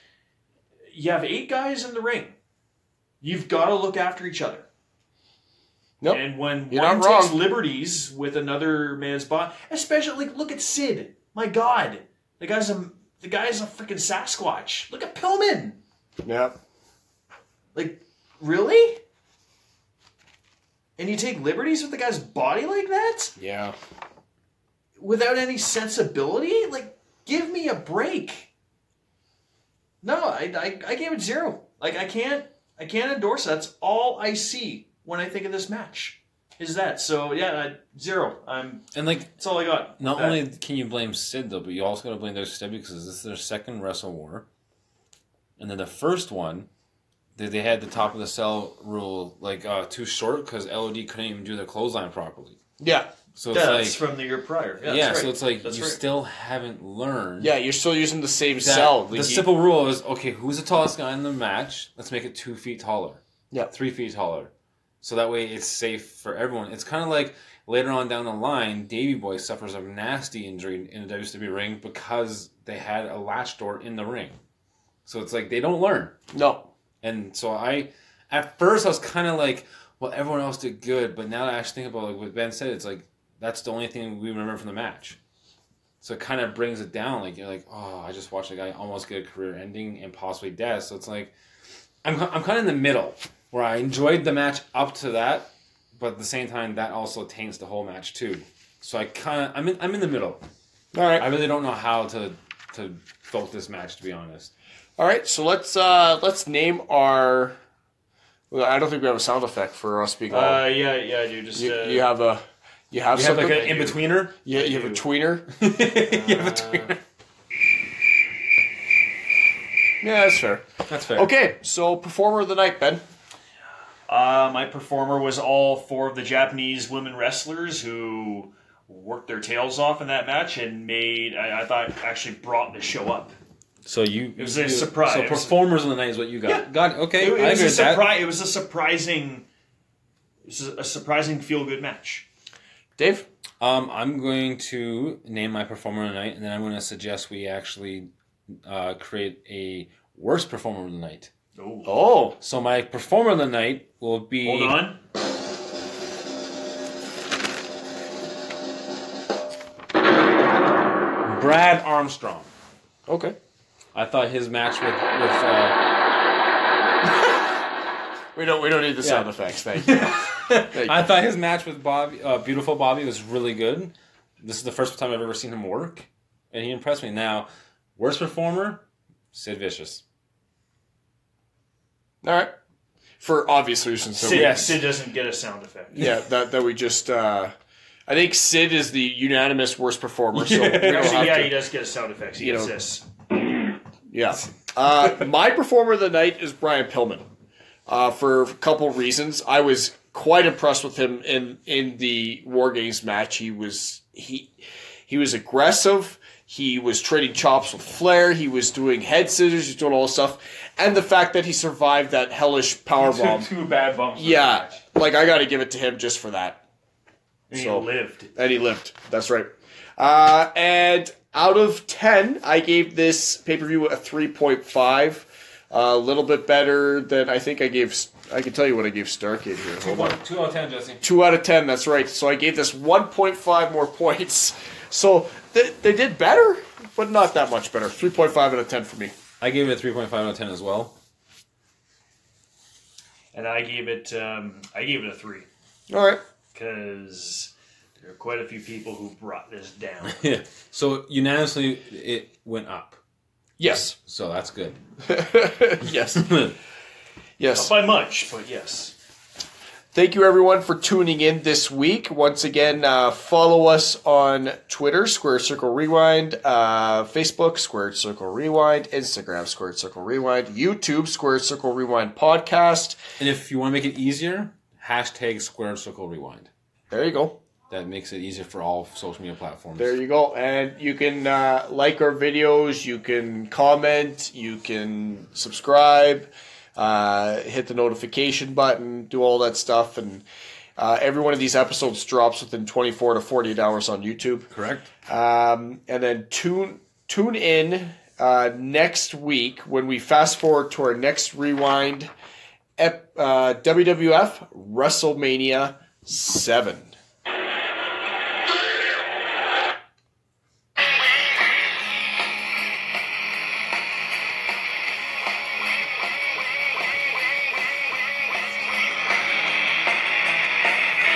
You have eight guys in the ring. You've got to look after each other. Yep. And when You're one not wrong. takes liberties with another man's body, especially like, look at Sid. My God, the guy's a the guy's a freaking Sasquatch. Look at Pillman. Yep. Like, really? And you take liberties with the guy's body like that? Yeah. without any sensibility? Like, give me a break. No, I, I, I gave it zero. Like, I can't, I can't endorse that. That's all I see when I think of this match. Is that so? Yeah, I, zero. I'm. And like, That's all I got. not That- only can you blame Sid though, but you also got to blame their Sid because this is their second Wrestle War, and then the first one, they, they had the top of the cell rule like uh, too short because LOD couldn't even do their clothesline properly. Yeah. So it's that's like, from the year prior. Yeah, yeah, that's so right. it's like That's you right. still haven't learned. Yeah. You're still using the same that cell. the Like, you- simple rule is okay. Who's the tallest guy in the match? Let's make it two feet taller. Yeah. three feet taller. So that way it's safe for everyone. It's kind of like later on down the line, Davy Boy suffers a nasty injury in the WWE ring because they had a latch door in the ring. So it's like they don't learn. no. And so I, at first, I was kind of like, well, everyone else did good. But now that I actually think about like what Ben said, it's like that's the only thing we remember from the match. So it kind of brings it down. Like you're like, oh, I just watched a guy almost get a career ending and possibly death. So it's like, I'm I'm kind of in the middle where I enjoyed the match up to that, but at the same time that also taints the whole match too. So I kind of I'm in I'm in the middle. All right. I really don't know how to to vote this match to be honest. All right, so let's uh let's name our. Well, I don't think we have a sound effect for us being. all. Uh, yeah, yeah, dude. Just you, uh, you have a you have You have something. like an in betweener. yeah, you Uh, have a tweener. you have a tweener. yeah, that's fair. That's fair. Okay, so performer of the night, Ben. Uh, my performer was all four of the Japanese women wrestlers who worked their tails off in that match and made. I, I thought actually brought the show up. So you it was a surprise. So performers of the night is what you got. Yeah. God, okay, It, it I was agree a with that. surprise. It was a surprising This is a surprising feel good match. Dave? Um, I'm going to name my performer tonight, and then I'm going to suggest we actually uh, create a worst performer of the night. Oh. Oh. So my performer of the night will be. Hold on. Brad Armstrong. Okay. I thought his match with, with uh, We don't we don't need the sound Yeah. effects, thank you. I thought his match with Bobby, uh, beautiful Bobby, was really good. This is the first time I've ever seen him work, and he impressed me. Now, worst performer, Sid Vicious. Alright. For obvious reasons. So Sid, we- Sid doesn't get a sound effect. yeah, that that we just uh I think Sid is the unanimous worst performer, so we Yeah. don't have Actually, yeah, to- he does get a sound effect. He You gets know. this. Yeah. Uh, my performer of the night is Brian Pillman. Uh, for a couple reasons, I was quite impressed with him in in the War Games match. He was he he was aggressive. He was trading chops with flair. He was doing head scissors. He was doing all this stuff, and the fact that he survived that hellish power bomb. Two, two bad bumps. in the Yeah, match. like I got to give it to him just for that. And So- he lived. And he lived. That's right. Uh, and out of 10, I gave this pay per view a 3.5. Uh, A little bit better than I think I gave. I can tell you what I gave Starcade here. Hold on. Two out of ten, Jesse. Two out of 10, that's right. So I gave this 1.5 more points. So th- they did better, but not that much better. 3.5 out of 10 for me. I gave it a three point five out of ten as well. And I gave it. Um, I gave it a three All right. because there are quite a few people who brought this down. Yeah. So unanimously, it went up. Yes. So that's good. yes. Yes. Not by much, but yes. Thank you, everyone, for tuning in this week. Once again, uh, follow us on Twitter, Square Circle Rewind, uh, Facebook, Square Circle Rewind, Instagram, Square Circle Rewind, YouTube, Square Circle Rewind Podcast. And if you want to make it easier, hashtag Square Circle Rewind. There you go. That makes it easier for all social media platforms. There you go. And you can uh, like our videos, you can comment, you can subscribe, uh, hit the notification button, do all that stuff. And uh, every one of these episodes drops within 24 to 48 hours on YouTube. Correct. Um, and then tune tune in uh, next week when we fast forward to our next rewind ep, uh, WWF WrestleMania 7.